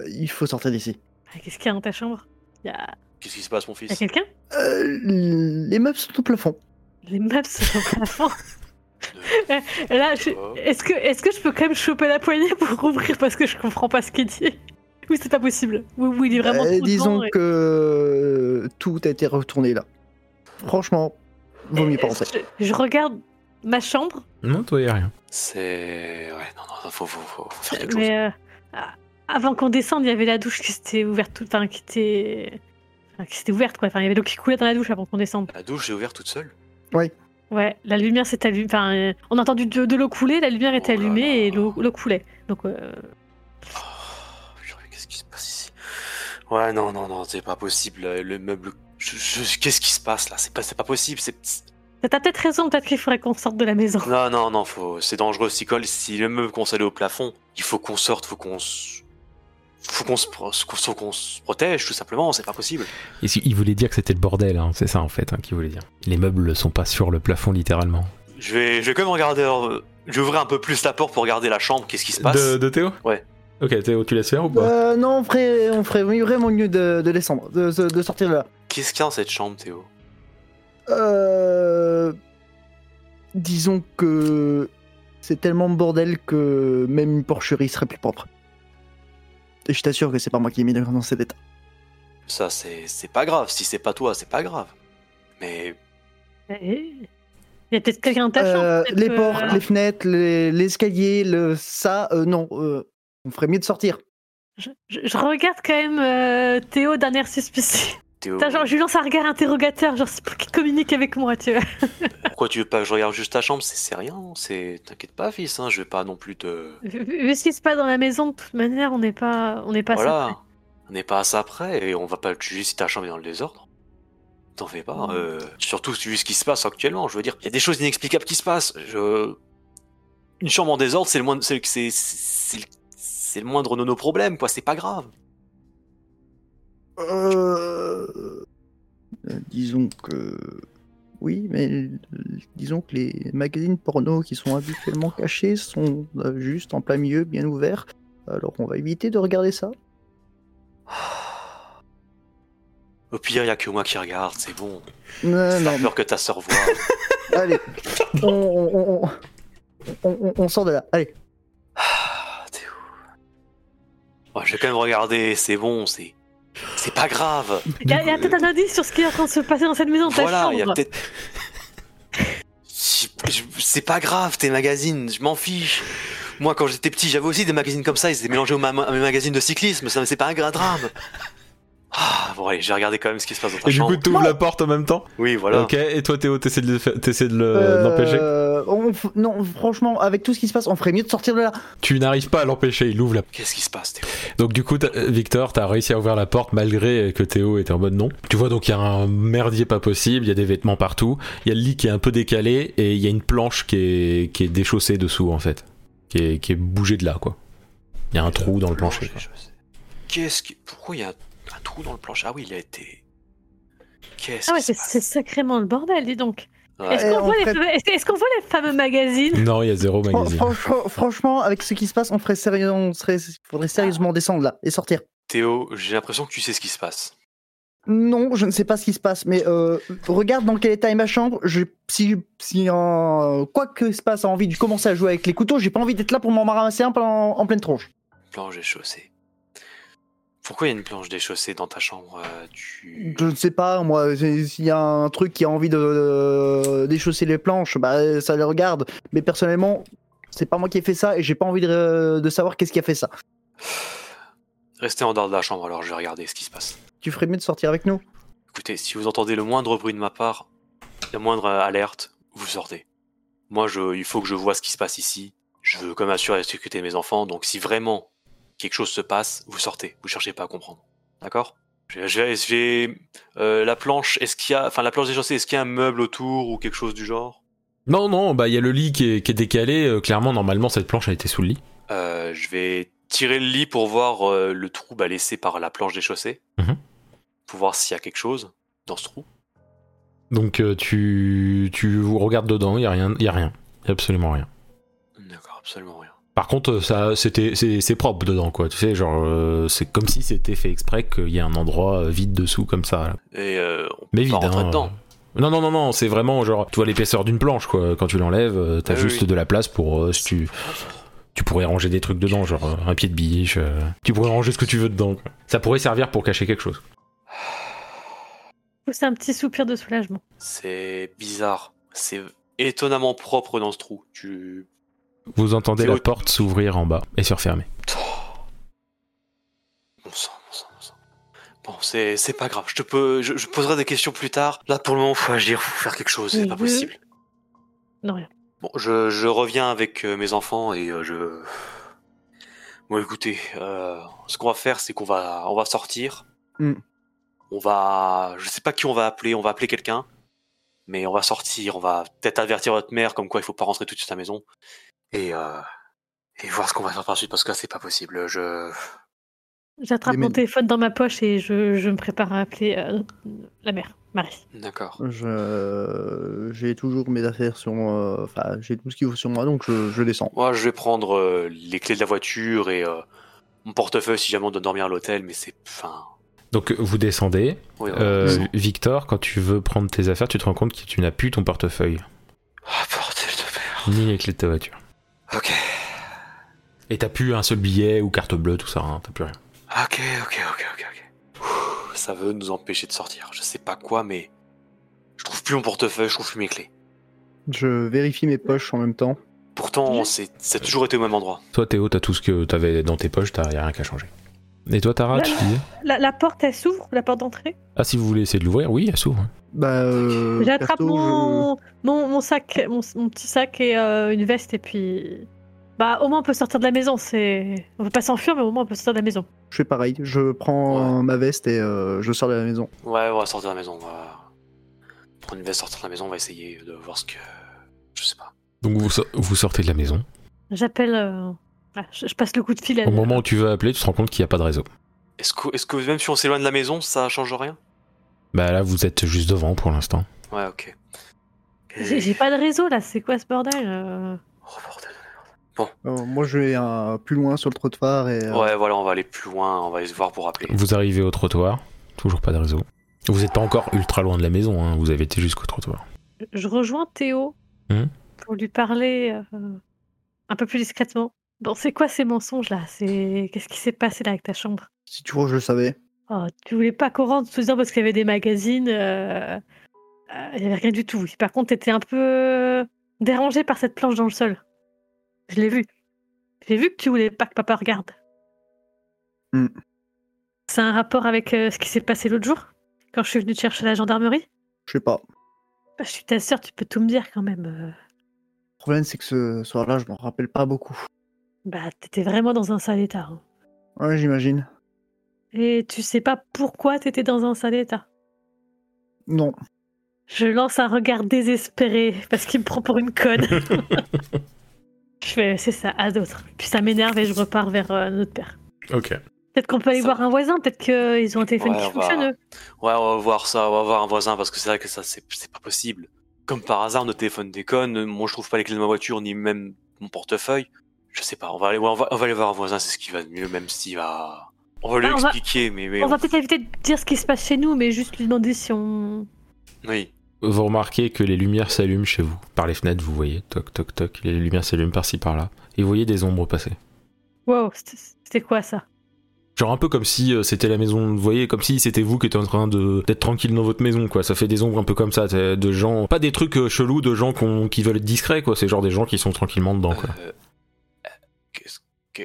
Euh, Il faut sortir d'ici.
Ah, Qu'est-ce qu'il y a dans ta chambre Il y a,
qu'est-ce qui se passe, mon
il y a
fils
quelqu'un
Euh, les meubles sont au plafond.
Les maps sont au plafond.
Euh,
Là, je-
Oh.
est-ce que, est que je peux quand même choper la poignée pour ouvrir parce que je comprends pas ce qu'il dit Ou c'est pas possible Ou, ou il est vraiment
Euh,
trop
disons
dedans et-
que euh, tout a été retourné là. Franchement, vaut mieux pas rentrer.
Je, je regarde ma chambre,
Non, toi, y a rien.
C'est. Ouais, non, non, faut, faut, faut, faut faire quelque chose.
mais euh, a- avant qu'on descende, il y avait la douche qui s'était ouverte, tout- enfin qui était, enfin, qui s'était ouverte quoi. Enfin, il y avait l'eau qui coulait dans la douche avant qu'on descende.
La douche est ouverte toute seule.
Ouais, la lumière s'est allumée. Enfin, euh, on a entendu de, de l'eau couler, la lumière était
Oh là là.
allumée et l'eau l'eau coulait. Donc euh,
Oh, purée, qu'est-ce qui se passe ici Ouais, non, non, non, c'est pas possible. euh, Le meuble. je- je- Qu'est-ce qui se passe là C'est pas, c'est pas possible. C'est.
T'as peut-être raison, peut-être qu'il faudrait qu'on sorte de la maison.
Non, non, non, faut... c'est dangereux. Si, colle- si le meuble qu'on s'allait au plafond, il faut qu'on sorte, faut qu'on se. Faut qu'on se, pro- qu'on se- qu'on se protège, tout simplement, c'est pas possible.
Et si- il voulait dire que c'était le bordel, hein, c'est ça en fait hein, qu'il voulait dire. Les meubles sont pas sur le plafond littéralement.
Je vais, je vais quand même regarder. euh, Je vais ouvrir un peu plus la porte pour regarder la chambre, qu'est-ce qui se passe.
De, de Théo
Ouais. Bah,
Ok, Théo, tu laisses faire ou pas
Euh, non, on ferait, on ferait oui, vraiment mieux de, de descendre, de, de- de sortir de là.
Qu'est-ce qu'il y a dans cette chambre, Théo
Euh, disons que c'est tellement le bordel que même une porcherie serait plus propre. Et je t'assure que c'est pas moi qui ai mis dans cet état.
Ça, c'est c'est pas grave. Si c'est pas toi, c'est pas grave. Mais
Eh, Il y a peut-être quelqu'un dans ta chambre.
Euh,
peut-être
les
que-
portes, les fenêtres, les- l'escalier, le ça, euh, non, euh, on ferait mieux de sortir.
Je, je- je regarde quand même euh, Théo d'un air suspicieux.
Théo,
T'as genre, je lui lance un regard interrogateur, genre c'est pour qu'il communique avec moi, tu vois.
pourquoi tu veux pas que je regarde juste ta chambre C'est c'est rien. C'est t'inquiète pas, fils. Hein, je vais pas non plus te.
Vu, vu ce qui se passe dans la maison, de toute manière, on n'est pas, on n'est pas.
voilà. On n'est pas à ça près et on va pas le juger si ta chambre est dans le désordre. T'en fais pas. euh, surtout vu ce qui se passe actuellement. Je veux dire, il y a des choses inexplicables qui se passent. Je... Une chambre en désordre, c'est le moindre, c'est c'est- c'est- c'est le moindre de nos problèmes, quoi. C'est pas grave.
Euh, euh, disons que oui, mais l- disons que les magazines porno qui sont habituellement cachés sont euh, juste en plein milieu, bien ouverts. Alors on va éviter de regarder ça.
Au pire, il y a que moi qui regarde. C'est bon.
Non,
J'ai
non,
peur que ta sœur voit.
mais allez, on, on- on- on- on- on sort de là. Allez,
Ah, Théo. Ouais, Oh, je vais quand même regarder. C'est bon. C'est c'est pas grave.
Il y a, il y a peut-être un indice sur ce qui est en train de se passer dans cette maison, de ta
Voilà, il y a
chambre.
peut-être. Si- je- C'est pas grave, tes magazines, je m'en fiche. Moi, quand j'étais petit, j'avais aussi des magazines comme ça, ils étaient mélangés aux ma- à mes magazines de cyclisme, ça, c'est pas un grand drame. Ah, bon, allez, j'ai regardé quand même ce qui se passe dans ta
Et du
chambre.
coup, tu ouvres la porte en même temps
Oui, voilà.
Ok, et toi, Théo, t'essaies de le fa- t'essaies de le-
Euh,
l'empêcher
on f- non, franchement, avec tout ce qui se passe, on ferait mieux de sortir de là.
Tu n'arrives pas à l'empêcher, il ouvre la
Qu'est-ce qui se passe, Théo
Donc du coup, t'as- euh, Victor, t'as réussi à ouvrir la porte malgré que Théo était en mode non. Tu vois donc il y a un merdier pas possible, il y a des vêtements partout, il y a le lit qui est un peu décalé et il y a une planche qui est, qui est déchaussée dessous en fait, qui est, qui est bougée de là quoi. Il y a un trou dans le plancher. quoi.
Je sais. Qu'est-ce qui. Pourquoi il y a un, un trou dans le plancher Ah oui, il a été. Qu'est-ce
Ah ouais,
qui se
c'est
passe
c'est sacrément le bordel, dis donc.
Ouais.
Est-ce
Eh,
qu'on
en
voit, les
fait-
fameux- est-ce- est-ce qu'on voit les fameux magazines
Non, il y a zéro
Fran-
magazine.
Oh, franchement, franchement, avec ce qui se passe, on ferait sérieux, on serait, faudrait sérieusement descendre là et sortir.
Théo, j'ai l'impression que tu sais ce qui se passe.
Non, je ne sais pas ce qui se passe, mais euh, regarde dans quel état est ma chambre. Je, si si en, quoi que se passe a envie de commencer à jouer avec les couteaux, j'ai pas envie d'être là pour m'en ramasser un en, en pleine tronche.
Planche déchaussée. Pourquoi il y a une planche déchaussée dans ta chambre euh, tu...
Je ne sais pas, moi, c'est- s'il y a un truc qui a envie de, de- déchausser les planches, bah ça les regarde. Mais personnellement, c'est pas moi qui ai fait ça et j'ai pas envie de, de savoir qu'est-ce qui a fait ça.
Restez en dehors de la chambre alors, je vais regarder ce qui se passe.
Tu ferais mieux de sortir avec nous.
Écoutez, si vous entendez le moindre bruit de ma part, la moindre euh, alerte, vous sortez. Moi, je, il faut que je vois ce qui se passe ici. Je veux comme assurer la sécurité de mes enfants, donc si vraiment quelque chose se passe, vous sortez. Vous cherchez pas à comprendre. D'accord J'ai- J'ai j'ai- euh, la planche, est-ce qu'il y a, enfin la planche des chaussées, est-ce qu'il y a un meuble autour ou quelque chose du genre
Non, non, bah il y a le lit qui est, qui est décalé. euh, clairement, normalement, cette planche a été sous le lit.
Euh, je vais tirer le lit pour voir euh, le trou bah, laissé par la planche des chaussées.
Mhm.
Pour voir s'il y a quelque chose dans ce trou.
Donc euh, tu tu vous regardes dedans, il y a rien, il y a rien, Il y a absolument rien.
D'accord, absolument rien.
Par contre, euh, ça, c'était, c'est, c'est propre dedans, quoi. Tu sais, genre, euh, c'est comme si c'était fait exprès qu'il y ait un endroit euh, vide dessous, comme ça. là.
Et euh, on
Mais
peut
vide.
pas rentrer
hein.
dedans.
Non, non, non, non. C'est vraiment genre, tu vois l'épaisseur d'une planche, quoi. Quand tu l'enlèves, euh, t'as
Ah oui,
juste
oui.
de la place pour, euh, si tu, tu pourrais ranger des trucs dedans, genre euh, un pied de biche. euh, tu pourrais ranger ce que tu veux dedans. quoi. Ça pourrait servir pour cacher quelque chose.
C'est un petit soupir de soulagement.
C'est bizarre. C'est étonnamment propre dans ce trou. Tu...
Vous entendez
C'est
la
haut.
porte s'ouvrir en bas et se refermer.
Bon sang, bon sang, bon sang. Bon, c'est c'est pas grave. Je te peux, je, je poserai des questions plus tard. Là, pour le moment, faut agir, faut faire quelque chose. C'est
Oui,
pas
oui.
possible.
Non, rien.
Bon, je, je reviens avec euh, mes enfants et euh, je. Bon, écoutez, euh, ce qu'on va faire, c'est qu'on va, on va sortir.
Hmm.
On va, je sais pas qui on va appeler. On va appeler quelqu'un. Mais on va sortir, on va peut-être avertir votre mère comme quoi il faut pas rentrer tout de suite à la maison. Et, euh, et voir ce qu'on va faire par la suite parce que là, c'est pas possible. Je.
J'attrape
Les
mon
men-
téléphone dans ma poche et je, je me prépare à appeler euh, la mère, Marie.
D'accord.
Je- J'ai toujours mes affaires sur moi, enfin j'ai tout ce qu'il faut sur moi, donc je, je descends.
Moi, je vais prendre euh, les clés de la voiture et euh, mon portefeuille si jamais on doit dormir à l'hôtel, mais c'est. Enfin.
Donc euh, vous descendez.
oui, voilà.
Euh, Victor, quand tu veux prendre tes affaires, tu te rends compte que tu n'as plus ton portefeuille,
Ah, bordel de merde.
ni les clés de ta voiture.
Ok.
Et t'as plus un seul billet ou carte bleue, tout ça, hein, t'as plus rien.
Ok, ok, ok, ok, ok. Ouh, Ça veut nous empêcher de sortir. Je sais pas quoi, mais. Je trouve plus mon portefeuille, je trouve plus mes clés.
Je vérifie mes poches en même temps.
Pourtant, c'est, ça a toujours été au même endroit.
Toi Théo, t'as tout ce que t'avais dans tes poches, t'as y a rien qu'à changer. Et toi Tara, tu disais
La, la porte, elle s'ouvre, la porte d'entrée.
Ah si vous voulez essayer de l'ouvrir, oui, elle s'ouvre. hein.
Bah, euh,
J'attrape
perso, je-
mon, mon, mon sac, mon, mon petit sac et euh, une veste et puis. Bah, au moins on peut sortir de la maison. C'est, on peut pas s'enfuir, mais au moins on peut sortir de la maison.
je... fais pareil, je prends ma veste et euh, je sors de la maison.
Ouais, on va sortir de la maison. On va prendre une veste, sortir de la maison. On va essayer de voir ce que. Je sais pas.
Donc vous, so- vous sortez de la maison.
J'appelle. euh, ah, je, je passe le coup de fil. à-
Au moment où tu veux appeler, tu te rends compte qu'il n'y a pas de réseau.
Est-ce que, est-ce que même si on s'éloigne de la maison, ça change rien
Bah là, vous êtes juste devant pour l'instant.
Ouais, ok. Et-
J'ai, j'ai pas de réseau là. C'est quoi ce bordel euh
Oh, bordel.
Euh, moi je vais euh, plus loin sur le trottoir et... euh,
Ouais, voilà, on va aller plus loin. On va aller se voir pour appeler.
Vous arrivez au trottoir, toujours pas de réseau. Vous n'êtes pas encore ultra loin de la maison, hein, vous avez été jusqu'au trottoir.
Je rejoins Théo
Hmm.
pour lui parler euh, un peu plus discrètement. Bon, c'est quoi ces mensonges là C'est qu'est-ce qui s'est passé là avec ta chambre
Si tu vois, je le savais.
Oh, tu voulais pas qu'on rentre sous parce qu'il y avait des magazines. euh, euh, Il y avait rien du tout. Par contre, t'étais un peu dérangé par cette planche dans le sol. Je l'ai vu. J'ai vu que tu voulais pas que papa regarde.
Hmm.
C'est un rapport avec euh, ce qui s'est passé l'autre jour quand je suis venue te chercher à la gendarmerie.
Je sais pas.
Bah, je suis ta sœur, tu peux tout me dire quand même. euh.
Le problème c'est que ce soir-là, je m'en rappelle pas beaucoup.
Bah, t'étais vraiment dans un sale état. hein.
Ouais, j'imagine.
Et tu sais pas pourquoi t'étais dans un sale état.
Non.
Je lance un regard désespéré parce qu'il me prend pour une conne. je fais, c'est ça, à d'autres. Puis ça m'énerve et je repars vers euh, notre père.
Ok.
Peut-être qu'on peut aller
Ça
voir
va.
un voisin, peut-être qu'ils ont un téléphone
Ouais,
qui
on va-
fonctionne. eux.
Ouais, on va voir ça. On va voir un voisin parce que c'est vrai que ça, c'est, c'est pas possible. Comme par hasard, notre téléphone déconne. Moi, je trouve pas les clés de ma voiture ni même mon portefeuille. Je sais pas. On va aller, on va, on va aller voir un voisin. C'est ce qui va de mieux, même s'il va. On va lui
Ah, on va-
expliquer, mais, mais
On va peut-être éviter de dire ce qui se passe chez nous, mais juste lui demander si on.
oui.
Vous remarquez que les lumières s'allument chez vous. Par les fenêtres, vous voyez, toc toc toc, les lumières s'allument par-ci par-là. Et vous voyez des ombres passer.
Wow, c'était c'était quoi ça
Genre un peu comme si euh, c'était la maison, vous voyez, comme si c'était vous qui étiez en train de d'être tranquille dans votre maison, quoi. Ça fait des ombres un peu comme ça, t'as- de gens, pas des trucs euh, chelous, de gens qu'on- qui veulent être discrets, quoi. C'est genre des gens qui sont tranquillement dedans, quoi.
Euh, euh, qu'est-ce que.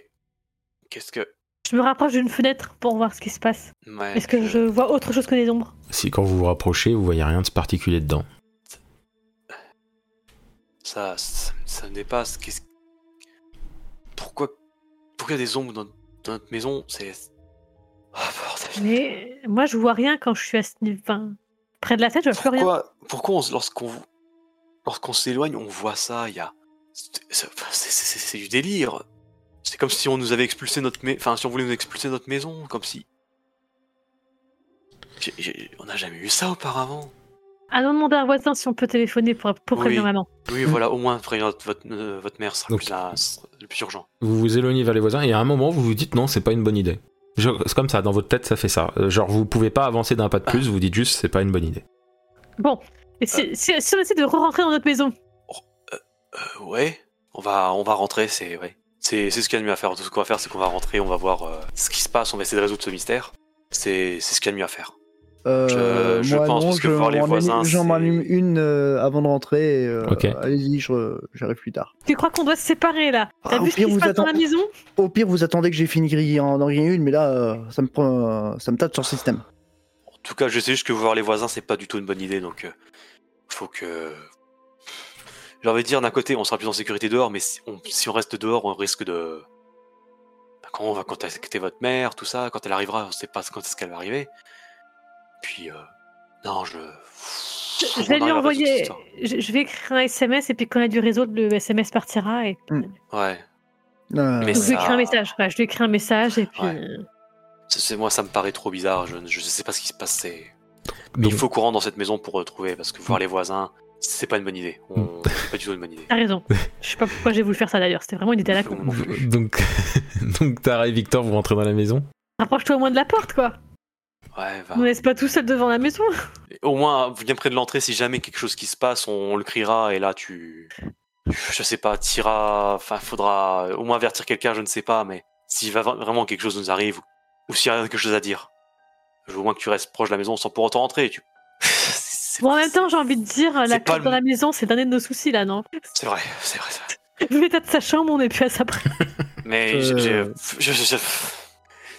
Qu'est-ce que.
Je me rapproche d'une fenêtre pour voir ce qui se passe.
Ouais,
Est-ce que je vois autre chose que des ombres
Si quand vous vous rapprochez, vous voyez rien de particulier dedans.
Ça, ça, ça me dépasse. Qu'est-ce... Pourquoi, pourquoi il y a des ombres dans, dans notre maison C'est. Ah bordel.
Mais moi, je vois rien quand je suis à ce niveau. Enfin, près de la tête, je vois plus rien.
Pourquoi, pourquoi on- lorsqu'on, lorsqu'on s'éloigne, on voit ça Il y a. C'est, c'est- c'est- c'est- c'est du délire. C'est comme si on nous avait expulsé notre. mais- Enfin, si on voulait nous expulser de notre maison, comme si. J'ai- j'ai- on n'a jamais eu ça auparavant.
Allons demander à un voisin si on peut téléphoner pour, pour
Oui.
prévenir maman.
Oui, voilà, au moins prévenir votre, votre, euh, votre mère sera
Donc-
plus là, sera le plus urgent.
Vous vous éloignez vers les voisins et à un moment vous vous dites non, c'est pas une bonne idée. Genre, C'est comme ça, dans votre tête ça fait ça. Euh, Genre vous pouvez pas avancer d'un pas de plus, vous dites juste c'est pas une bonne idée.
Bon, et si, si- si on essaie de re-rentrer dans notre maison,
Euh, ouais, on va, on va rentrer, c'est ouais. C'est c'est ce qu'il y a de mieux à faire. Tout ce qu'on va faire, c'est qu'on va rentrer, on va voir euh, ce qui se passe, on va essayer de résoudre ce mystère. C'est c'est ce qu'il y a de mieux à faire.
Euh,
Je- je
moi,
pense,
non,
parce que
je
voir les
m'en allume-
voisins,
J'en m'allume
c'est-
une euh, avant de rentrer. et, euh,
Ok.
Allez-y, je- j'arrive plus tard.
tu crois qu'on doit se séparer là T'as
Ah, au
vu ce
pire,
qui se
vous
passe dans la
attend-
maison
Au pire, vous attendez que j'ai fini de griller en, d'en griller une, mais là, euh, ça me prend, euh, ça me tape sur le système.
En tout cas, je sais juste que voir les voisins, c'est pas du tout une bonne idée, donc euh, faut que. J'ai envie de dire, d'un côté, on sera plus en sécurité dehors, mais si on, si on reste dehors, on risque de. Bah, Quand on va contacter votre mère, tout ça, quand elle arrivera, on sait pas quand est-ce qu'elle va arriver. Puis, euh, non, je.
Je vais
on arrive
lui
à résoudre
envoyer.
cette histoire.
Je, je vais écrire un SMS et puis quand il y a du réseau, le SMS partira. Et...
Mm.
hein. Ouais.
Euh,
Mais
je lui
ça-
écris un message. ouais, je lui écris un message et puis. euh,
Ouais. C'est- c'est- moi, ça me paraît trop bizarre. Je ne je sais pas ce qui se passe. c'est- Mais
Donc,
il faut courant dans cette maison pour retrouver, parce que voir les voisins, c'est pas une bonne idée. On... c'est pas du tout une bonne idée.
T'as raison. Je sais pas pourquoi j'ai voulu faire ça d'ailleurs. C'était vraiment une idée à la con.
Non plus.
donc, donc Tara et Victor, vous rentrez dans la maison.
Rapproche-toi au moins de la porte, quoi.
Ouais, va.
On laisse pas tout seul devant la maison.
Au moins, bien près de l'entrée, si jamais quelque chose qui se passe, on le criera et là, tu. Je sais pas, tira. Enfin, faudra au moins avertir quelqu'un, je ne sais pas, mais s'il va vraiment quelque chose nous arrive ou, ou s'il y a quelque chose à dire, je veux au moins que tu restes proche de la maison sans pour autant rentrer. Tu... C'est
Bon, en même temps, j'ai envie de dire, la
pas
clé
le
dans la maison, c'est l'année de nos soucis, là, non
c'est vrai, c'est vrai, c'est vrai.
Vu l'état de sa chambre, on est plus à sa près.
Mais
Euh.
j'ai- j'ai- je, je- je-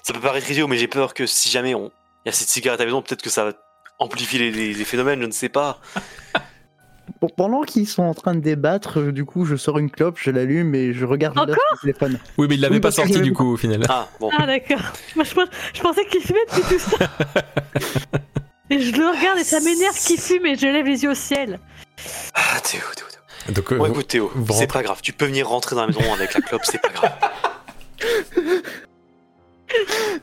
ça peut paraître idiot, mais j'ai peur que si jamais on il y a cette cigarette à la maison, peut-être que ça va amplifier les, les- les phénomènes, je ne sais pas.
bon, pendant qu'ils sont en train de débattre, euh, du coup, je sors une clope, je l'allume et je regarde l'heure sur le téléphone.
Oui, mais il l'avait
Oui,
pas
parce que
sorti
j'avais-
du coup au final.
Ah bon,
Ah, d'accord. Moi, je, pense- je pensais qu'il fumait depuis tout ça. Et je le regarde et ça m'énerve qu'il fume et je lève les yeux au ciel.
ah, Théo, Théo, Théo.
Donc, euh,
Bon, écoute, Théo,
vous
c'est
rentrez-
pas grave. Tu peux venir rentrer dans la maison avec la clope, c'est pas grave.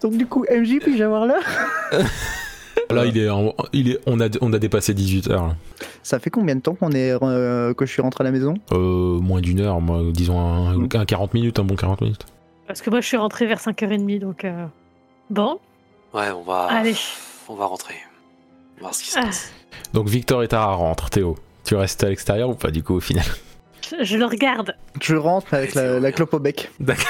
Donc, du coup, MJ, puis-je avoir l'heure
là, il est, en- il est, on a, on a dépassé 18 heures.
Ça fait combien de temps qu'on est, euh, que je suis rentré à la maison
Euh, moins d'une heure, moi, disons un,
Mm.
un 40 minutes, un bon 40 minutes.
Parce que moi, je suis rentrée vers 5h30, donc. euh, Bon,
Ouais, on va.
Allez.
On va rentrer. On va voir ce qui se
Ah.
passe.
Donc Victor et Tara rentrent. Théo, tu restes à l'extérieur ou pas du coup au final
je, je le regarde.
Je rentre avec
Allez, c'est
la,
bon,
la
bien.
clope au bec.
D'accord.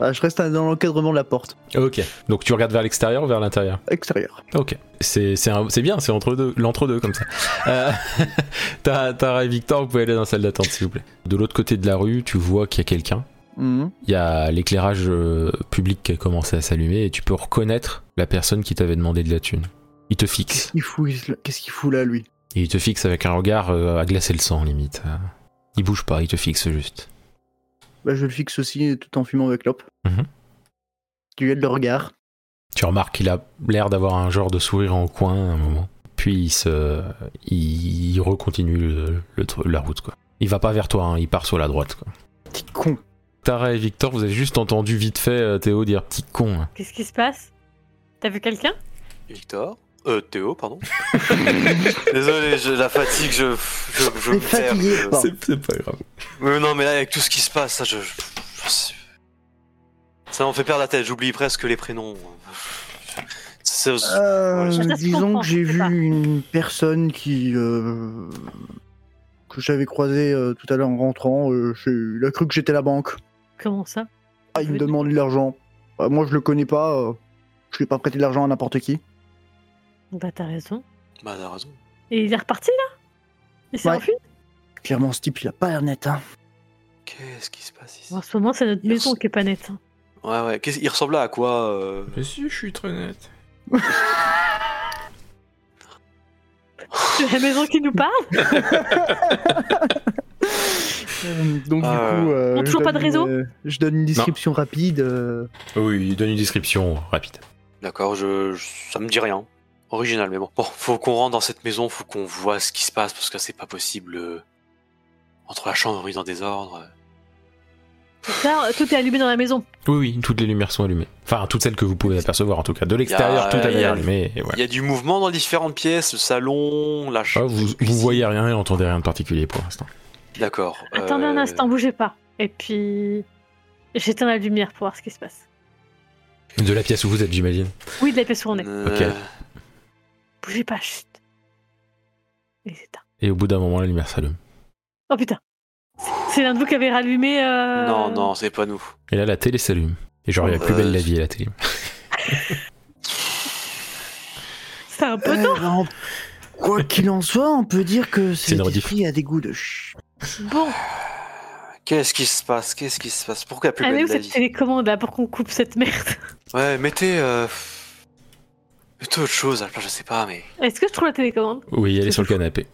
Ah, je reste dans l'encadrement de la porte,
Ok. Donc tu regardes vers l'extérieur ou vers l'intérieur
extérieure.
Ok. C'est c'est un- c'est bien, c'est entre deux, l'entre deux comme ça. Euh, Tara Tara et Victor, vous pouvez aller dans la salle d'attente s'il vous plaît. De l'autre côté de la rue, tu vois qu'il y a quelqu'un.
Mhm.
Il y a l'éclairage euh, public qui a commencé à s'allumer et tu peux reconnaître la personne qui t'avait demandé de la thune. Il te fixe.
Qu'est-ce qu'il fout, il- qu'est-ce qu'il fout là, lui
Et il te fixe avec un regard euh, à glacer le sang limite. Euh, Il bouge pas, il te fixe juste.
Bah, je le fixe aussi tout en fumant avec clope.
Mhm.
Duel de regard.
Tu remarques qu'il a l'air d'avoir un genre de sourire en coin à un moment. Puis il se, il, il recontinue le- le tru- la route quoi. Il va pas vers toi, hein, il part sur la droite quoi.
Petit con.
Tara et Victor, vous avez juste entendu vite fait euh, Théo dire petit con. hein.
Qu'est-ce qui se passe T'as vu quelqu'un
Victor Euh, Théo, pardon. Désolé, je- la fatigue, je. je, je
T'es
me perds,
fatigué,
je-
pardon.
C'est pas grave.
Mais non, mais là, avec tout ce qui se passe, ça, je. je- je sais- Ça m'en fait perdre la tête, j'oublie presque les prénoms. C'est-
Euh,
Ça se
disons
comprend,
que j'ai
c'est
vu
ça.
une personne qui euh, que j'avais croisée euh, tout à l'heure en rentrant. euh, chez- il a cru que j'étais la banque.
Comment ça
Ah, il me demande de l'argent. Bah, moi, je le connais pas. euh, je lui ai pas prêté de l'argent à n'importe qui.
Bah, t'as raison.
Bah, t'as raison.
Et il est reparti, là Il s'est
Ouais.
enfui
Clairement, ce type, il a pas l'air net. Hein.
Qu'est-ce qui se passe ici
En ce moment, c'est notre
Il
maison
res-
qui est pas nette. hein.
Ouais, ouais, qu'est-ce- il ressemblait à quoi euh,
Mais si, je suis très net.
C'est la maison qui nous parle
Donc,
Euh,
du coup, euh,
on a
je
toujours pas
donne
de réseau
une- je donne une description rapide. euh,
Oui, il donne une description rapide.
D'accord, je, je- ça me dit rien. Original, mais bon. Bon, faut qu'on rentre dans cette maison, faut qu'on voit ce qui se passe parce que c'est pas possible. euh, Entre la chambre et dans désordre. euh.
Là, tout est allumé dans la maison.
Oui, oui, toutes les lumières sont allumées. Enfin, toutes celles que vous pouvez apercevoir en tout cas. De l'extérieur,
Y a-
tout est
y a-
allumé. et voilà.
Il y a du mouvement dans différentes pièces, le salon, la
Ah,
chambre.
vous, vous voyez rien et entendez rien de particulier pour l'instant.
D'accord.
Attendez un
euh,
instant, bougez pas. Et puis, j'éteins la lumière pour voir ce qui se passe.
De la pièce où vous êtes, j'imagine.
Oui, de la pièce où on est.
euh,
Ok.
Bougez pas, chut. Et c'est éteint.
Et au bout d'un moment, la lumière s'allume.
Oh putain. C'est- C'est l'un de vous qui avait rallumé. euh,
Non, non, c'est pas nous.
Et là, la télé s'allume. Et genre, il y a
Oh,
plus belle
vache.
la vie à la télé.
C'est un poteau.
euh, en- Quoi qu'il en soit, on peut dire que
une
cette
rediff.
fille a des goûts de ch.
Hein
Bon,
Qu'est-ce qui se passe Qu'est-ce qui se passe Pourquoi plus
elle est
belle
où
de la
cette
vie
télécommande là pour qu'on coupe cette merde
Ouais, mettez. euh, Mettez autre chose à la place, je sais pas, mais.
Est-ce que je trouve la télécommande
Oui, elle est
C'est
sur le canapé.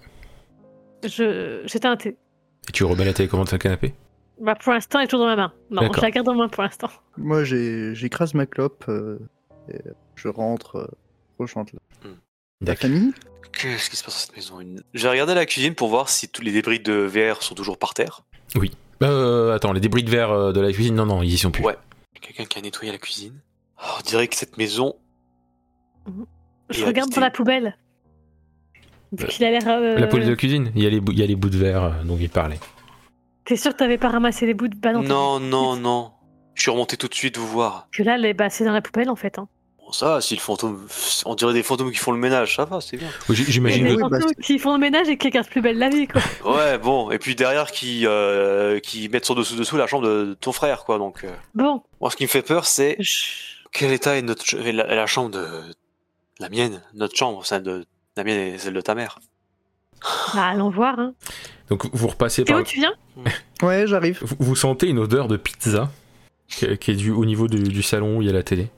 Je J'éteins la télé.
Et tu remets la télécommande sur le canapé
Bah pour l'instant, elle est toujours dans ma main. Non,
D'accord.
je la garde dans ma main pour l'instant.
Moi, j'ai- j'écrase ma clope. euh, et je rentre. Euh, au chantier. La
D'accord.
famille
Qu'est-ce qui se passe dans cette maison Une- J'ai regardé la cuisine pour voir si tous les débris de verre sont toujours par terre.
Euh, attends, les débris de verre euh, de la cuisine, non, non, ils y sont plus.
Ouais. Quelqu'un qui a nettoyé la cuisine. Oh, on dirait que cette maison.
Je
Et
regarde
habité.
dans la poubelle. Vu
Euh,
qu'il a l'air. euh,
La poêle de cuisine, il y, a les bou- il y a les bouts de verre euh, dont il parlait.
T'es sûr que t'avais pas ramassé les bouts de. Bah non. t'as-
non, non, non. Je suis remonté tout de suite vous voir.
Que là, les... bah, c'est dans la poubelle en fait. Hein.
Bon, ça, si le fantôme. On dirait des fantômes qui font le ménage, ça va, c'est bien.
Oui, j- J'imagine
Il y a
que
des
oui, bah,
fantômes qui font le ménage et qui regardent plus belle la vie quoi.
Ouais, bon. Et puis derrière, qui, euh, qui mettent son dessous-dessous la chambre de ton frère, quoi. Donc, euh.
bon.
moi, ce qui me fait peur, c'est
Je-
quel état est notre ch- est la, est la chambre de la mienne, notre chambre, celle de la mienne et celle de ta mère.
Bah, allons voir. Hein.
Donc vous repassez par.
Théo, tu viens
Ouais, j'arrive.
Vous vous sentez une odeur de pizza qui qui est due au niveau du, du salon où il y a la télé.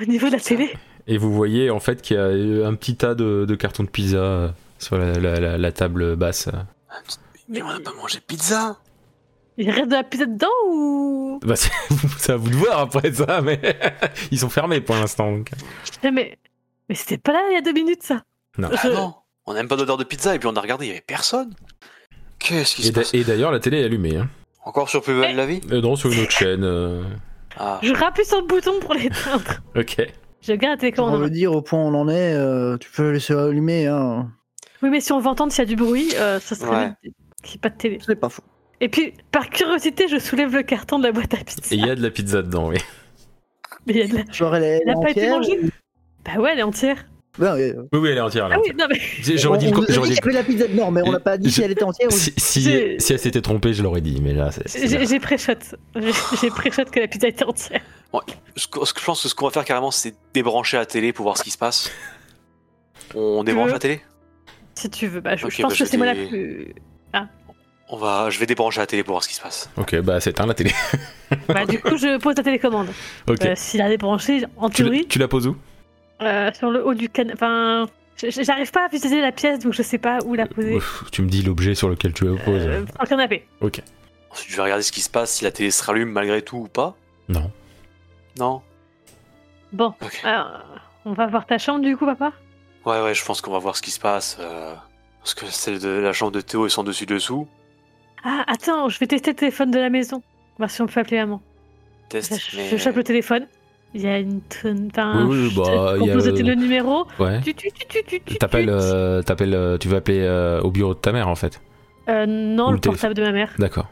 Au niveau de la télé
Et vous voyez en fait qu'il y a euh, un petit tas de, de cartons de pizza euh, sur la, la- la- la table basse.
Mais on n'a pas mangé de pizza.
Il reste de la pizza dedans ou.
Bah, c'est c'est à vous de voir après ça, mais ils sont fermés pour l'instant. donc.
Eh, Mais, mais c'était pas là il y a deux minutes ça.
Non.
Ah
Je-
non, on n'aime pas l'odeur de pizza et puis on a regardé, il n'y avait personne. Qu'est-ce qui se
Et d'a-
passe
Et d'ailleurs, la télé est allumée. Hein.
Encore sur Plus
Eh,
belle la vie
Euh, non, sur une autre chaîne. euh,
Ah,
Je rappuie sur le bouton pour l'éteindre.
Ok.
Je garde la
On
télécommande. en
veut
main.
dire au point où on en est, euh, tu peux laisser allumer. Hein.
Oui, mais si on veut entendre s'il y a du bruit, euh, ça serait
Ouais.
bien qu'il n'y ait pas de télé.
C'est pas faux.
Et puis, par curiosité, je soulève le carton de la boîte à pizza.
Et il y a de la pizza dedans, oui.
Mais il y a de la-
Genre elle est
Elle a pas été
entière euh?
mangée Bah ouais, elle est entière.
Ben, ouais.
Oui, oui, elle est entière. elle est
Ah oui,
entière.
non mais.
J'aurais dit le
on,
co-
on nous a
j'aurais
dit
dit
qu'il y avait de la pizza dedans, mais on n'a pas dit si elle était entière.
le-
ou-
Si, si,
J'ai-
si elle s'était trompée, je l'aurais dit, mais là, c'est- c'est.
J'ai j'ai pré-shot. J'ai j'ai pré-shot que la pizza était entière.
ce que- ce que- je pense que ce qu'on va faire carrément, c'est débrancher la télé pour voir ce qui se passe. On débranche
veux
la télé
Si tu veux, bah je, je
Ok,
pense
bah,
que
je
c'est moi la
vais-
plus.
on va, Je vais débrancher la télé pour voir ce qui se passe.
Ok, bah c'est éteint la télé.
Bah du coup, je pose la télécommande.
Ok.
Euh, S'il a débranché, en
tu, la,
théorie,
tu la poses où
euh, sur le haut du canapé. Enfin, je- je- j'arrive pas à visualiser la pièce, donc je sais pas où la poser.
Euh, Ouf, Tu me dis l'objet sur lequel tu la poses.
Euh, sur le canapé.
Ensuite, je vais regarder ce qui se passe, si la télé se rallume malgré tout ou pas.
Non.
Non
Bon,
Ok.
alors, on va voir ta chambre du coup, papa
Ouais, ouais, je pense qu'on va voir ce qui se passe. euh, parce que celle de la chambre de Théo est sans dessus-dessous.
Ah, attends, je vais tester le téléphone de la maison. Voir si on peut appeler maman.
Test,
Je, je-
mais...
je chope le téléphone. Il y a une tonne. Enfin,
Oui, oui,
je-
bah,
on
il y a-
peut noter le numéro.
Ouais.
Tu, tu, tu, tu, tu, tu,
T'appelles,
tu.
euh, t'appelles, euh, tu vas appeler euh, au bureau de ta mère en fait.
Euh, non,
ou
le
le téléphone.
portable de ma mère.
D'accord.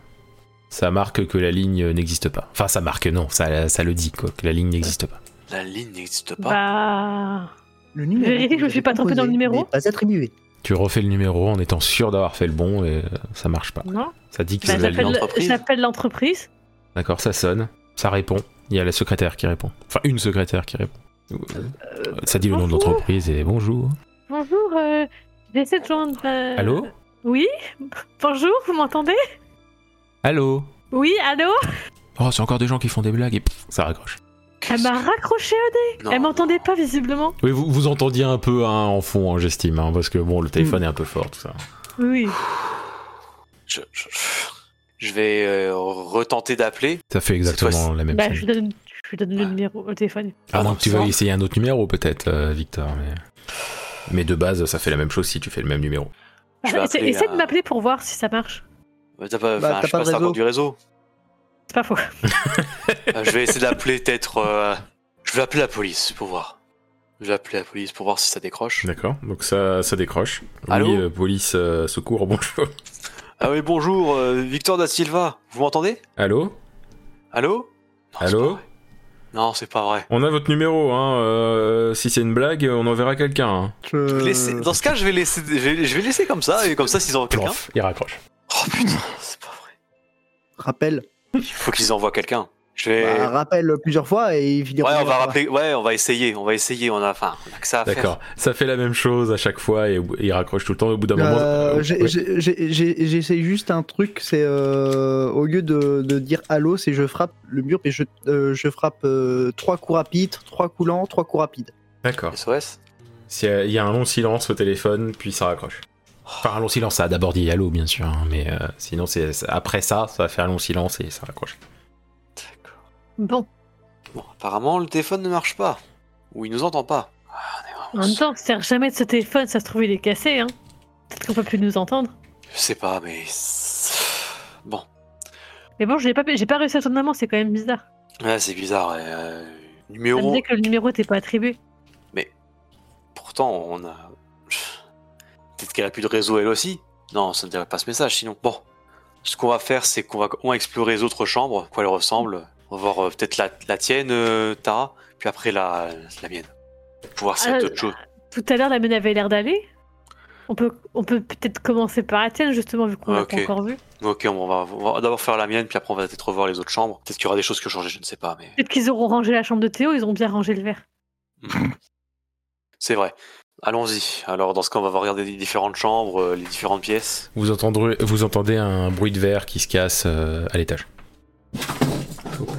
Ça marque que la ligne euh, n'existe pas. Enfin, ça marque non, ça, ça le dit quoi, que la ligne n'existe pas.
La ligne n'existe pas.
Bah.
Le numéro.
Vérifie que je me suis pas trompé dans le numéro.
n'est Pas attribué.
Tu refais le numéro en étant sûr d'avoir fait le bon et euh, ça marche pas.
Non.
Ça dit que
Bah,
c'est la
j'appelle
ligne.
l'entreprise.
j'appelle l'entreprise.
D'accord, ça sonne, ça répond. Il y a la secrétaire qui répond. Enfin, une secrétaire qui répond. Euh, ça dit le nom de
bonjour.
l'entreprise et bonjour.
Bonjour, euh, j'essaie de joindre. euh,
Allô
Oui Bonjour, vous m'entendez
Allô
Oui, allô
Oh, c'est encore des gens qui font des blagues et pff, ça raccroche.
Elle
Qu'est-ce
m'a raccroché au dé.
que- Non.
Elle m'entendait pas visiblement.
Oui, vous, vous entendiez un peu hein, en fond, hein, j'estime, hein, parce que bon, le téléphone est un peu fort, tout ça.
Oui.
Je, je- je vais euh, retenter d'appeler.
Ça fait exactement la même
Bah,
scène.
je lui donne, je lui donne le numéro au téléphone.
À moins que tu veuilles
Ça.
essayer un autre numéro, peut-être, euh, Victor. Mais... mais de base, ça fait la même chose si tu fais le même numéro.
Je vais
Bah, essaie
appeler
essaie de
à-
m'appeler pour voir si ça marche.
Euh, T'as pas,
Bah,
enfin,
t'as
je sais
pas
pas,
de
ça
réseau.
compte du réseau.
C'est pas faux.
Euh, je vais essayer d'appeler peut-être. euh, Je vais appeler la police pour voir. Je vais appeler la police pour voir si ça décroche.
D'accord, donc ça, ça décroche.
Allô
oui, euh, police, euh, secours, bonjour.
Ah oui, bonjour, euh, Victor da Silva. Vous m'entendez
Allô
Allô Non, c'est
Allô
pas vrai. Non, c'est pas vrai.
On a votre numéro, hein. euh, si c'est une blague, on enverra quelqu'un. hein.
Je-
Laissez- Dans ce cas, je vais laisser, je vais, je vais laisser comme ça, et comme ça, s'ils envoient quelqu'un.
Plof, il raccroche.
Oh putain, c'est pas vrai.
Rappel.
Il faut qu'ils envoient quelqu'un. Je vais.
Bah, rappel plusieurs fois et il finira.
ouais, on va rappeler. Ouais, on va essayer. On va essayer. On a, enfin, on a que ça à faire.
D'accord, ça fait la même chose à chaque fois et au- il raccroche tout le temps. Au bout d'un moment.
Euh,
euh,
j'ai-
ouais.
j'ai- j'ai- j'ai- J'essaie juste un truc, c'est euh, au lieu de, de dire allô, c'est je frappe le mur et je, euh, je frappe euh, trois coups rapides, trois coups lents, trois coups rapides.
D'accord.
SOS.
S'il euh, y a- Il y a un long silence au téléphone, puis ça raccroche. Enfin, un long silence, ça a d'abord dit allô, bien sûr, hein, mais euh, sinon, c'est c'est- après ça, ça va faire un long silence et ça raccroche.
D'accord.
Bon.
Bon, apparemment, le téléphone ne marche pas. Ou il nous entend pas. Ah, on est vraiment
En même temps, on se sert jamais de ce téléphone, ça se trouve il est cassé. Hein. Peut-être qu'on peut plus nous entendre.
Je sais pas, mais. c'est- Bon.
Mais bon, j'ai pas, j'ai pas réussi à tourner main, c'est quand même bizarre.
Ouais, c'est bizarre. ouais, euh,
Ça me
Numéro.
dit que le numéro t'es pas attribué.
Pourtant, on a. Peut-être qu'elle a plus de réseau elle aussi. Non, ça ne dirait pas ce message sinon. Bon. Ce qu'on va faire, c'est qu'on va, on va explorer les autres chambres, quoi elles ressemblent. On va voir euh, peut-être la, la tienne, euh, Tara, puis après la, la mienne. Pour voir s'il y a
Ah,
d'autres choses.
Tout à l'heure, la mène avait l'air d'aller. On peut, on peut peut-être commencer par la tienne, justement, vu qu'on l'a
Ok.
pas encore vu.
Ok, on va, on va d'abord faire la mienne, puis après on va peut-être revoir les autres chambres. Peut-être qu'il y aura des choses qui ont changé, je ne sais pas, mais
Peut-être qu'ils auront rangé la chambre de Théo, ils ont bien rangé le verre.
c'est vrai. Allons-y. Alors, dans ce cas, on va regarder les différentes chambres, euh, les différentes pièces.
Vous entendrez, vous entendez un bruit de verre qui se casse euh, à l'étage.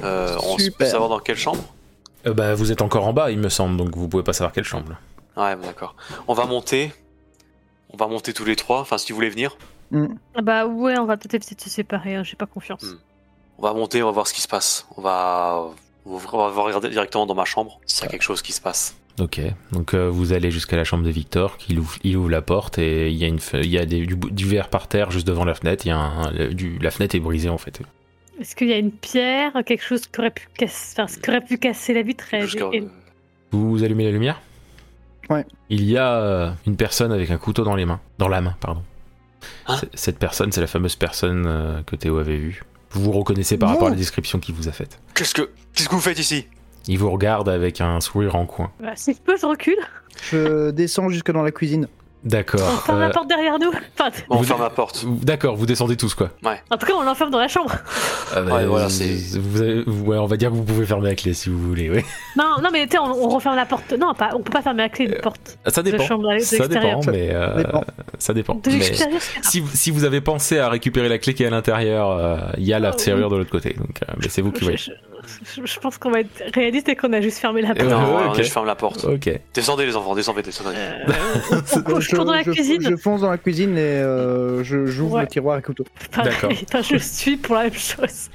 Euh, on s- peut
Super.
savoir dans quelle chambre
Euh, bah, vous êtes encore en bas, il me semble, donc vous pouvez pas savoir quelle chambre.
Ouais, bon, d'accord. On va monter. On va monter tous les trois. Enfin, si vous voulez venir,
Ah bah ouais, on va peut-être essayer de se séparer, hein, j'ai pas confiance.
Hmm. on va monter, on va voir ce qui se passe. On va, on va regarder directement dans ma chambre s'il y a quelque chose qui se passe.
Ok, donc euh, vous allez jusqu'à la chambre de Victor, qu'il ouvre, il ouvre la porte et il y a, une, fe- il y a des- du, du verre par terre juste devant la fenêtre. Il y a un- un- le- du- la fenêtre est brisée en fait.
Est-ce qu'il y a une pierre, quelque chose qui aurait pu casser, enfin, ce qui aurait pu casser la vitre elle-
Jusqu'à- euh,
elle-
Vous allumez la lumière
Ouais.
Il y a euh, une personne avec un couteau dans les mains. Dans la main, pardon.
Hein
C- Cette personne, c'est la fameuse personne euh, que Théo avait vue. Vous vous reconnaissez par rapport à la description qu'il vous a faite.
Qu'est-ce que, qu'est-ce que vous faites ici
Il vous regarde avec un sourire en coin.
Bah, si je peux, je recule.
Je descends jusque dans la cuisine.
On
D'accord.
ferme la
euh,
porte derrière nous. Enfin, t-
On
Vous-
ferme la porte.
D'accord, vous descendez tous quoi.
en tout cas, on l'enferme dans la chambre.
Ah bah,
Ouais, voilà,
vous-
c'est-
vous avez- vous- ouais, on va dire que vous pouvez fermer la clé si vous voulez. Oui.
Non, non, mais tu sais, on, on referme la porte. Non, pas, on peut pas fermer la clé de porte
Ah, Ça
de
dépend.
chambre à
Ça
l'extérieur.
dépend, mais euh,
Ça dépend.
ça dépend.
De
Mais
l'extérieur, c'est grave.
si, vous- si vous avez pensé à récupérer la clé qui est à l'intérieur, euh, il y a la
Oh,
serrure de l'autre côté. Donc, euh, mais c'est vous qui
Je,
voyez.
je- je pense qu'on va être réaliste et qu'on a juste fermé la
Euh,
porte.
Non,
ouais,
ouais,
ok.
ouais, je ferme la porte.
Ok.
Descendez les enfants, descendez, descendez.
Euh, on- on court- je cours dans la
je-
cuisine.
Je fonce dans la cuisine et euh, je- j'ouvre
Ouais.
le tiroir à couteau.
Pareil,
D'accord.
enfin, je suis pour la même chose.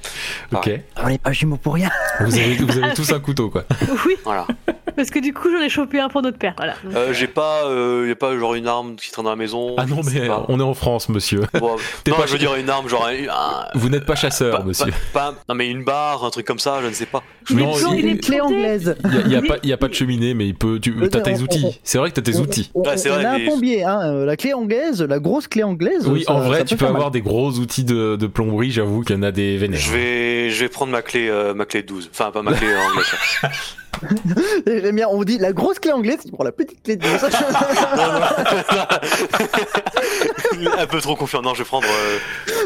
Ah.
Ok.
Ah, On n'est pas jumeaux pour rien.
Vous avez, vous avez tous un couteau, quoi.
Oui,
Voilà.
parce que du coup, j'en ai chopé un pour notre père. Voilà. Donc,
Euh, j'ai pas, euh, y a pas genre une arme qui traîne dans la maison.
Ah non,
je sais
mais
pas.
on est en France, monsieur.
Bon,
T'es
non,
pas- Ah,
je veux dire une arme, genre un- un-
Vous n'êtes pas
pas-
chasseur, monsieur.
pas- pas- non mais une barre, un truc comme ça, je ne sais pas.
il, est
non,
blanc,
il-
il est
une clé
planté.
anglaise.
Il n'y a, il y a pas- il y a pas de cheminée, mais il peut. Tu,
Mais
t'as
non,
tes
on-
outils. C'est vrai que t'as tes
On-
outils.
On,
Ouais, c'est
on
vrai,
a
mais-
un plombier, hein, euh, la clé anglaise, la grosse clé anglaise.
Oui,
ça-
en vrai,
ça
tu
peut
peux
faire mal.
avoir des gros outils de, de plomberie. J'avoue qu'il y en a des vénères.
Je vais, je vais prendre ma clé, euh, ma clé 12. Enfin, pas ma clé euh, anglaise.
J'aime bien, on dit la grosse clé anglaise pour la petite clé de.
Non, non, non. un peu trop confiant. Non, je vais prendre. euh,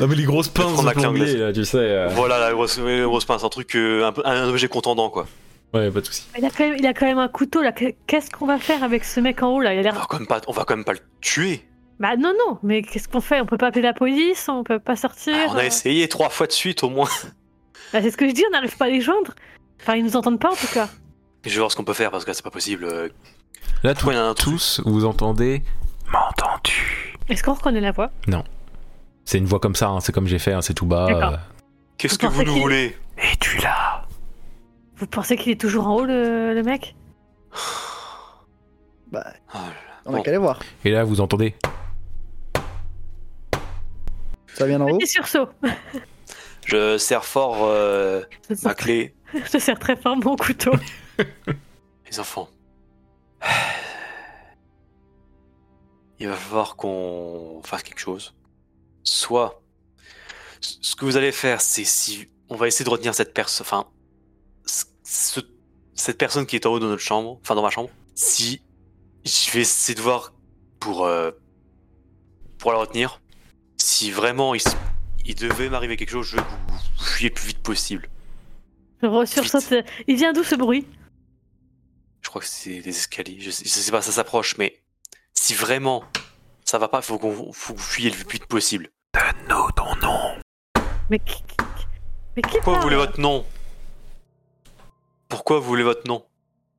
Non, mais les grosses
vais
pinces
prendre
de
la clé
plombier,
anglaise.
là, tu sais. euh,
Voilà, la grosse, la grosse pince, un truc, euh, un, peu- un objet contendant quoi.
Ouais, pas de soucis.
Il a, quand même, il a quand même un couteau là. Que- Qu'est-ce qu'on va faire avec ce mec en haut là Il a
On
l'air.
va quand même pas, on va quand même pas le tuer.
Bah non, non, mais qu'est-ce qu'on fait On peut pas appeler la police, on peut pas sortir.
Ah, on a
euh.
essayé trois fois de suite au moins.
Bah, c'est ce que je dis, on n'arrive pas à les joindre. Enfin, ils nous entendent pas en tout cas.
Je vais voir ce qu'on peut faire parce que là, c'est pas possible. euh,
Là,
Toi, il y en a un truc.
tous, vous entendez. M'entends-tu
Est-ce qu'on reconnaît la voix
C'est une voix comme ça, hein, c'est comme j'ai fait, hein, c'est tout bas.
D'accord.
euh.
Qu'est-ce
Vous
que vous
pensez
nous
qu'il-
voulez
Es-tu là
Vous pensez qu'il est toujours en haut le, le mec
Bah,
Ah, là.
on a
Bon.
qu'à aller voir.
Et là, vous entendez.
Ça vient d'en haut.
Petit sursaut.
Je serre fort euh,
Je te
ma
sers-
clé.
je te sers très fort mon couteau.
Les enfants. Il va falloir qu'on fasse quelque chose. Soit, ce ce que vous allez faire, c'est si on va essayer de retenir cette personne, enfin, ce- ce- cette personne qui est en haut de notre chambre, enfin dans ma chambre. Si je vais essayer de voir pour euh, pour la retenir, si vraiment il, s- il devait m'arriver quelque chose, je veux que vous vous fuyez le plus vite possible.
Je sursaute. Il vient d'où ce bruit
Je crois que c'est des escaliers. Je sais, je sais pas, ça s'approche, mais si vraiment ça va pas, faut qu'on faut que vous fuyiez le plus vite possible.
Donne-nous ton nom.
Mais qui, qui- mais qui
Pourquoi vous
parle
voulez votre nom Pourquoi vous voulez votre nom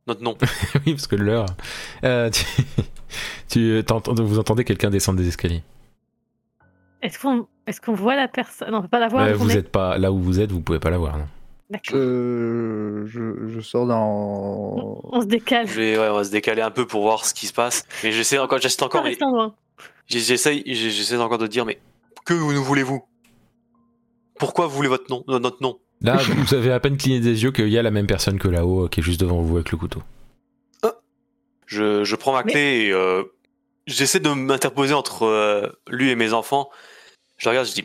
Notre nom.
Oui, parce que l'heure. Euh, tu, tu- t'entends- vous entendez quelqu'un descendre des escaliers.
Est-ce qu'on est-ce qu'on voit la personne Non, on peut pas la voir.
Euh,
on
vous
est-
êtes pas là où vous êtes, vous pouvez pas la voir. non.
D'accord.
Euh,
Je, je, je sors dans.
On se décale.
Je vais- ouais, on va se décaler un peu pour voir ce qui se passe. Mais j'essaie encore, j'essaie
Pas
encore,
rester loin.
j'essaie, j'essaie encore de dire, mais que vous nous voulez-vous Pourquoi vous voulez votre nom, euh, notre nom
Là, vous avez à peine cligné des yeux qu'il y a la même personne que là-haut euh, qui est juste devant vous avec le couteau.
je, je prends ma
Mais-
clé et euh, j'essaie de m'interposer entre euh, lui et mes enfants. Je regarde, je dis,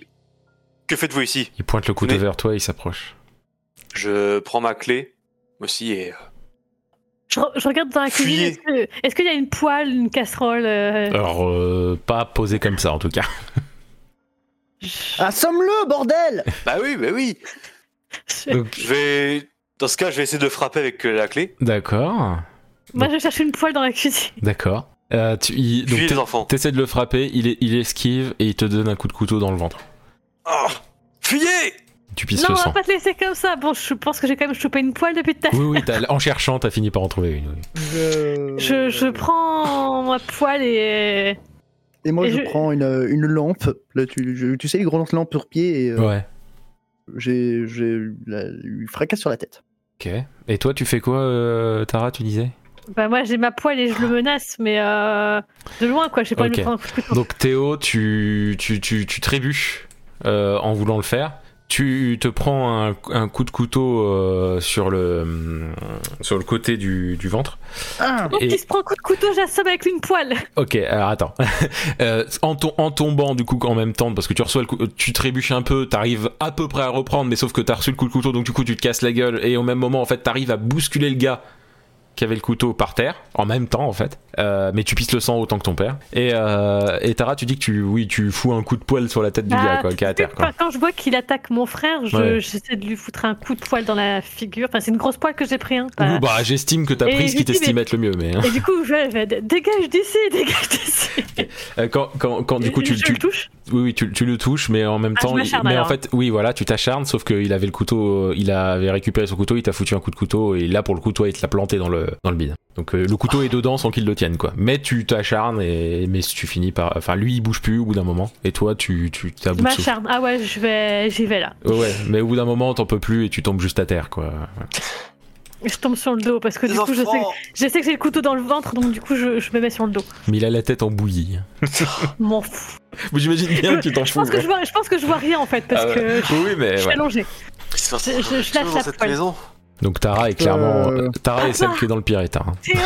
que faites-vous ici
Il pointe le couteau
Mais-
vers toi et il s'approche.
Je prends ma clé aussi et euh,
Je, re- je regarde dans la cuisine.
Fuyez.
Est-ce que- est-ce qu'il y a une poêle, une casserole euh,
Alors, euh, pas posé comme ça en tout cas.
je-
ah. Assomme-le, bordel
bah oui, bah oui.
je-
Donc,
Je vais dans ce cas, je vais essayer de frapper avec euh, la clé.
D'accord,
Moi, je cherche une poêle dans la cuisine.
d'accord. Euh, tu, il- donc,
Puis
t'es-
les enfants.
t'essaies de le frapper, il, est- il esquive et il te donne un coup de couteau dans le ventre.
Ah fuyez
Tu pisses
non,
le
on va
sang.
pas te laisser comme ça. Bon, je pense que j'ai quand même chopé une poêle depuis tout à l'heure.
Oui, oui, t'as- en cherchant, t'as fini par en trouver une. oui.
je...
Je, je prends ma poêle et.
Et moi,
et
je,
je-
prends une, euh, une lampe. Là, tu, je- tu sais, les grosses lampes sur pied. Et, euh,
Ouais,
J'ai j'ai eu la- eu le fracas sur la tête.
ok. Et toi, tu fais quoi, euh, Tara, tu disais
Bah, moi, j'ai ma poêle et je le menace, mais euh, de loin, quoi. J'ai pas envie de
Ok.
me prendre un coup de couteau.
Donc Théo, tu, tu, tu, tu trébuches euh, en voulant le faire. Tu te prends un, un coup de couteau euh, sur, le, euh, sur le côté du, du ventre.
Ah
Donc,
et-
il se prend un coup de couteau, j'assomme avec une poêle.
Ok, alors attends. Euh, en, tom- en tombant du coup en même temps, parce que tu reçois le coup, tu trébuches un peu, t'arrives à peu près à reprendre, mais sauf que t'as reçu le coup de couteau, donc du coup tu te casses la gueule, et au même moment en fait t'arrives à bousculer le gars qui avait le couteau par terre, en même temps en fait, Euh, mais tu pisses le sang autant que ton père. Et, euh, et Tara, tu dis que tu, oui, tu fous un coup de poil sur la tête du
Ah,
gars quoi, qui est à terre. Quoi.
Quand, quand je vois qu'il attaque mon frère, je-
Ouais.
j'essaie de lui foutre un coup de poêle dans la figure. Enfin, c'est une grosse poêle que j'ai pris. Hein, Pas-
Ou, bah j'estime que t'as
Et
pris ce
je
qui
dis,
t'estime
mais-
être le mieux, mais hein.
Et du coup, je vais, je vais- dégage d'ici, dégage d'ici.
Euh, quand, quand, quand du coup tu,
je
tu,
le touche.
Oui, oui, tu, tu le touches, mais en même
Ah,
temps,
je
il-
m'acharne,
mais en
alors.
fait, oui, voilà, tu t'acharnes, sauf qu'il avait le couteau, euh, il avait récupéré son couteau, il t'a foutu un coup de couteau, et là, pour le coup, toi, il te l'a planté dans le dans le bide. Donc euh, le couteau est dedans sans qu'il le tienne, quoi. Mais tu t'acharnes et mais tu finis par, enfin, lui, il bouge plus au bout d'un moment, et toi, tu tu t'as
Je
bout de souffle.
m'acharne. Ah ouais, je vais, j'y vais là.
Ouais, mais au bout d'un moment, t'en peux plus et tu tombes juste à terre, quoi.
Je tombe sur le dos parce que du
Les
coup, je sais,
enfants
je sais que j'ai le couteau dans le ventre, donc du coup, je, je me mets sur le dos.
Mais il a la tête en bouillie.
M'en fous.
J'imagine bien que tu t'en
Je
fous.
pense que je vois, je pense que je vois rien en fait parce
Ah ouais.
que je,
quoi. Oui, mais
je suis
ouais.
allongée.
Il se passe
Je- je- je
quelque
lâche
chose
la
dans cette
poêle.
maison.
Donc Tara est clairement,
Euh,
Tara est celle
Papa
qui est dans le pire état. hein.
Théo,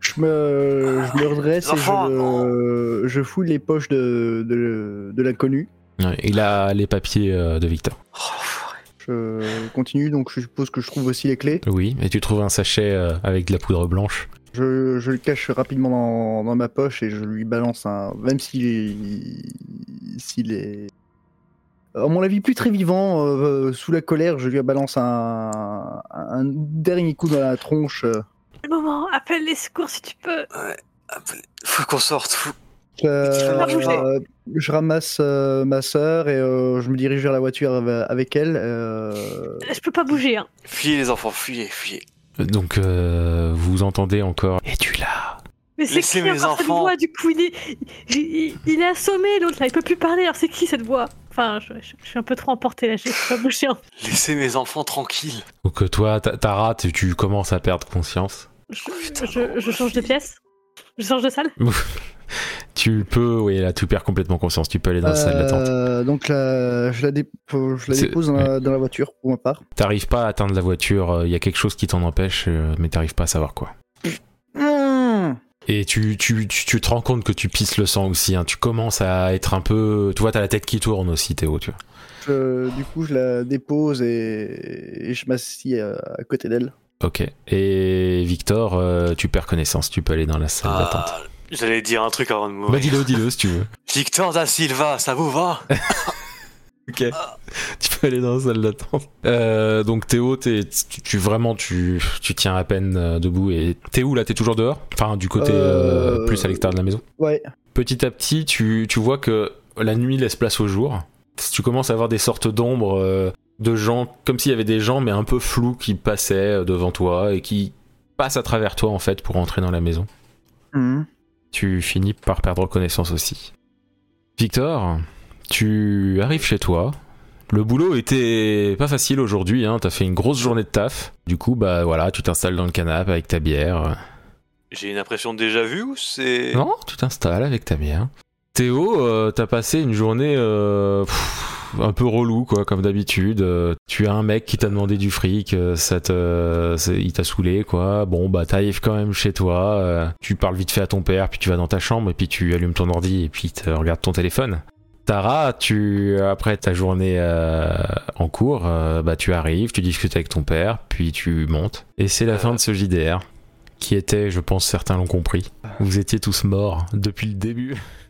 Je me, je me redresse et
Enfant,
je, je fouille les poches de, de, de l'inconnu.
Ouais, il a les papiers euh, de Victor.
Oh, l'enfoiré.
Je continue, donc je suppose que je trouve aussi les clés.
Oui, et tu trouves un sachet euh, avec de la poudre blanche.
Je, je le cache rapidement dans, dans ma poche et je lui balance un. Même s'il est. S'il est. À mon avis, plus très vivant, euh, sous la colère, je lui balance un, un dernier coup dans la tronche.
le moment, appelle les secours si tu peux.
faut qu'on sorte. faut-
Euh,
Mais tu fais
euh, je ramasse euh, ma sœur et euh, je me dirige vers la voiture av- avec elle. euh,
Je peux pas bouger. Hein.
Fuyez les enfants, fuyez, fuyez.
Donc euh, vous entendez encore. Et tu l'as.
Mais c'est
Laissez
qui
mes
encore cette
enfants.
voix du coup il est, il, il- il est assommé l'autre là, il peut plus parler. Alors c'est qui cette voix Enfin, je, je- je suis un peu trop emportée là, j'ai pas bougé. hein.
Laissez mes enfants tranquilles.
Donc euh, toi, Ta- Tara, tu, tu commences à perdre conscience.
Je,
Oh, putain,
je-
non,
je change de
fille.
pièce. Je change de salle.
Tu peux, oui, là, tu perds complètement conscience. Tu peux aller dans la salle d'attente.
euh, donc la- je la, dé- je la
C'est-
dépose dans, la, dans la voiture pour ma part.
T'arrives pas à atteindre la voiture. Il y a quelque chose qui t'en empêche, euh, mais t'arrives pas à savoir quoi. Et tu, tu, tu, tu te rends compte que tu pisses le sang aussi. hein. Tu commences à être un peu. Tu vois, t'as la tête qui tourne aussi, Théo. Tu vois.
Je- euh, du coup, je la dépose et, et je m'assis à, à côté d'elle.
Ok. Et Victor, euh, tu perds connaissance. Tu peux aller dans la salle d'attente.
Ah, J'allais dire un truc avant de
Bah
mourir.
dis-le, dis-le si tu veux.
Victor da Silva, ça vous va
Ok. Tu peux aller dans la salle d'attente. Euh, donc Théo, t'es- tu, tu- vraiment tu, tu tiens à peine euh, debout et t'es où là T'es toujours dehors Enfin du côté euh,
Euh,
plus à l'extérieur de la maison.
Ouais,
Petit à petit, tu, tu vois que la nuit laisse place au jour. Tu commences à avoir des sortes d'ombres euh, de gens, comme s'il y avait des gens mais un peu flous qui passaient euh, devant toi et qui passent à travers toi en fait pour entrer dans la maison.
Mhm.
Tu finis par perdre connaissance aussi. Victor, tu arrives chez toi, Le boulot était pas facile aujourd'hui, hein. t'as fait une grosse journée de taf. Du coup, bah voilà, tu t'installes dans le canapé avec ta bière.
J'ai une impression de déjà vu ou c'est.
Non, tu t'installes avec ta bière. Théo, euh, t'as passé une journée euh, pff, un peu relou, quoi, comme d'habitude. Euh, tu as un mec qui t'a demandé du fric, euh, ça te, c'est- il t'a saoulé, quoi. Bon, bah t'arrives quand même chez toi, euh, tu parles vite fait à ton père, puis tu vas dans ta chambre, et puis tu allumes ton ordi, et puis tu regardes ton téléphone. Tara, tu après ta journée euh, en cours, euh, bah tu arrives, tu discutes avec ton père, puis tu montes. Et c'est la fin de ce JDR, qui était, je pense, certains l'ont compris. Vous étiez tous morts depuis le début.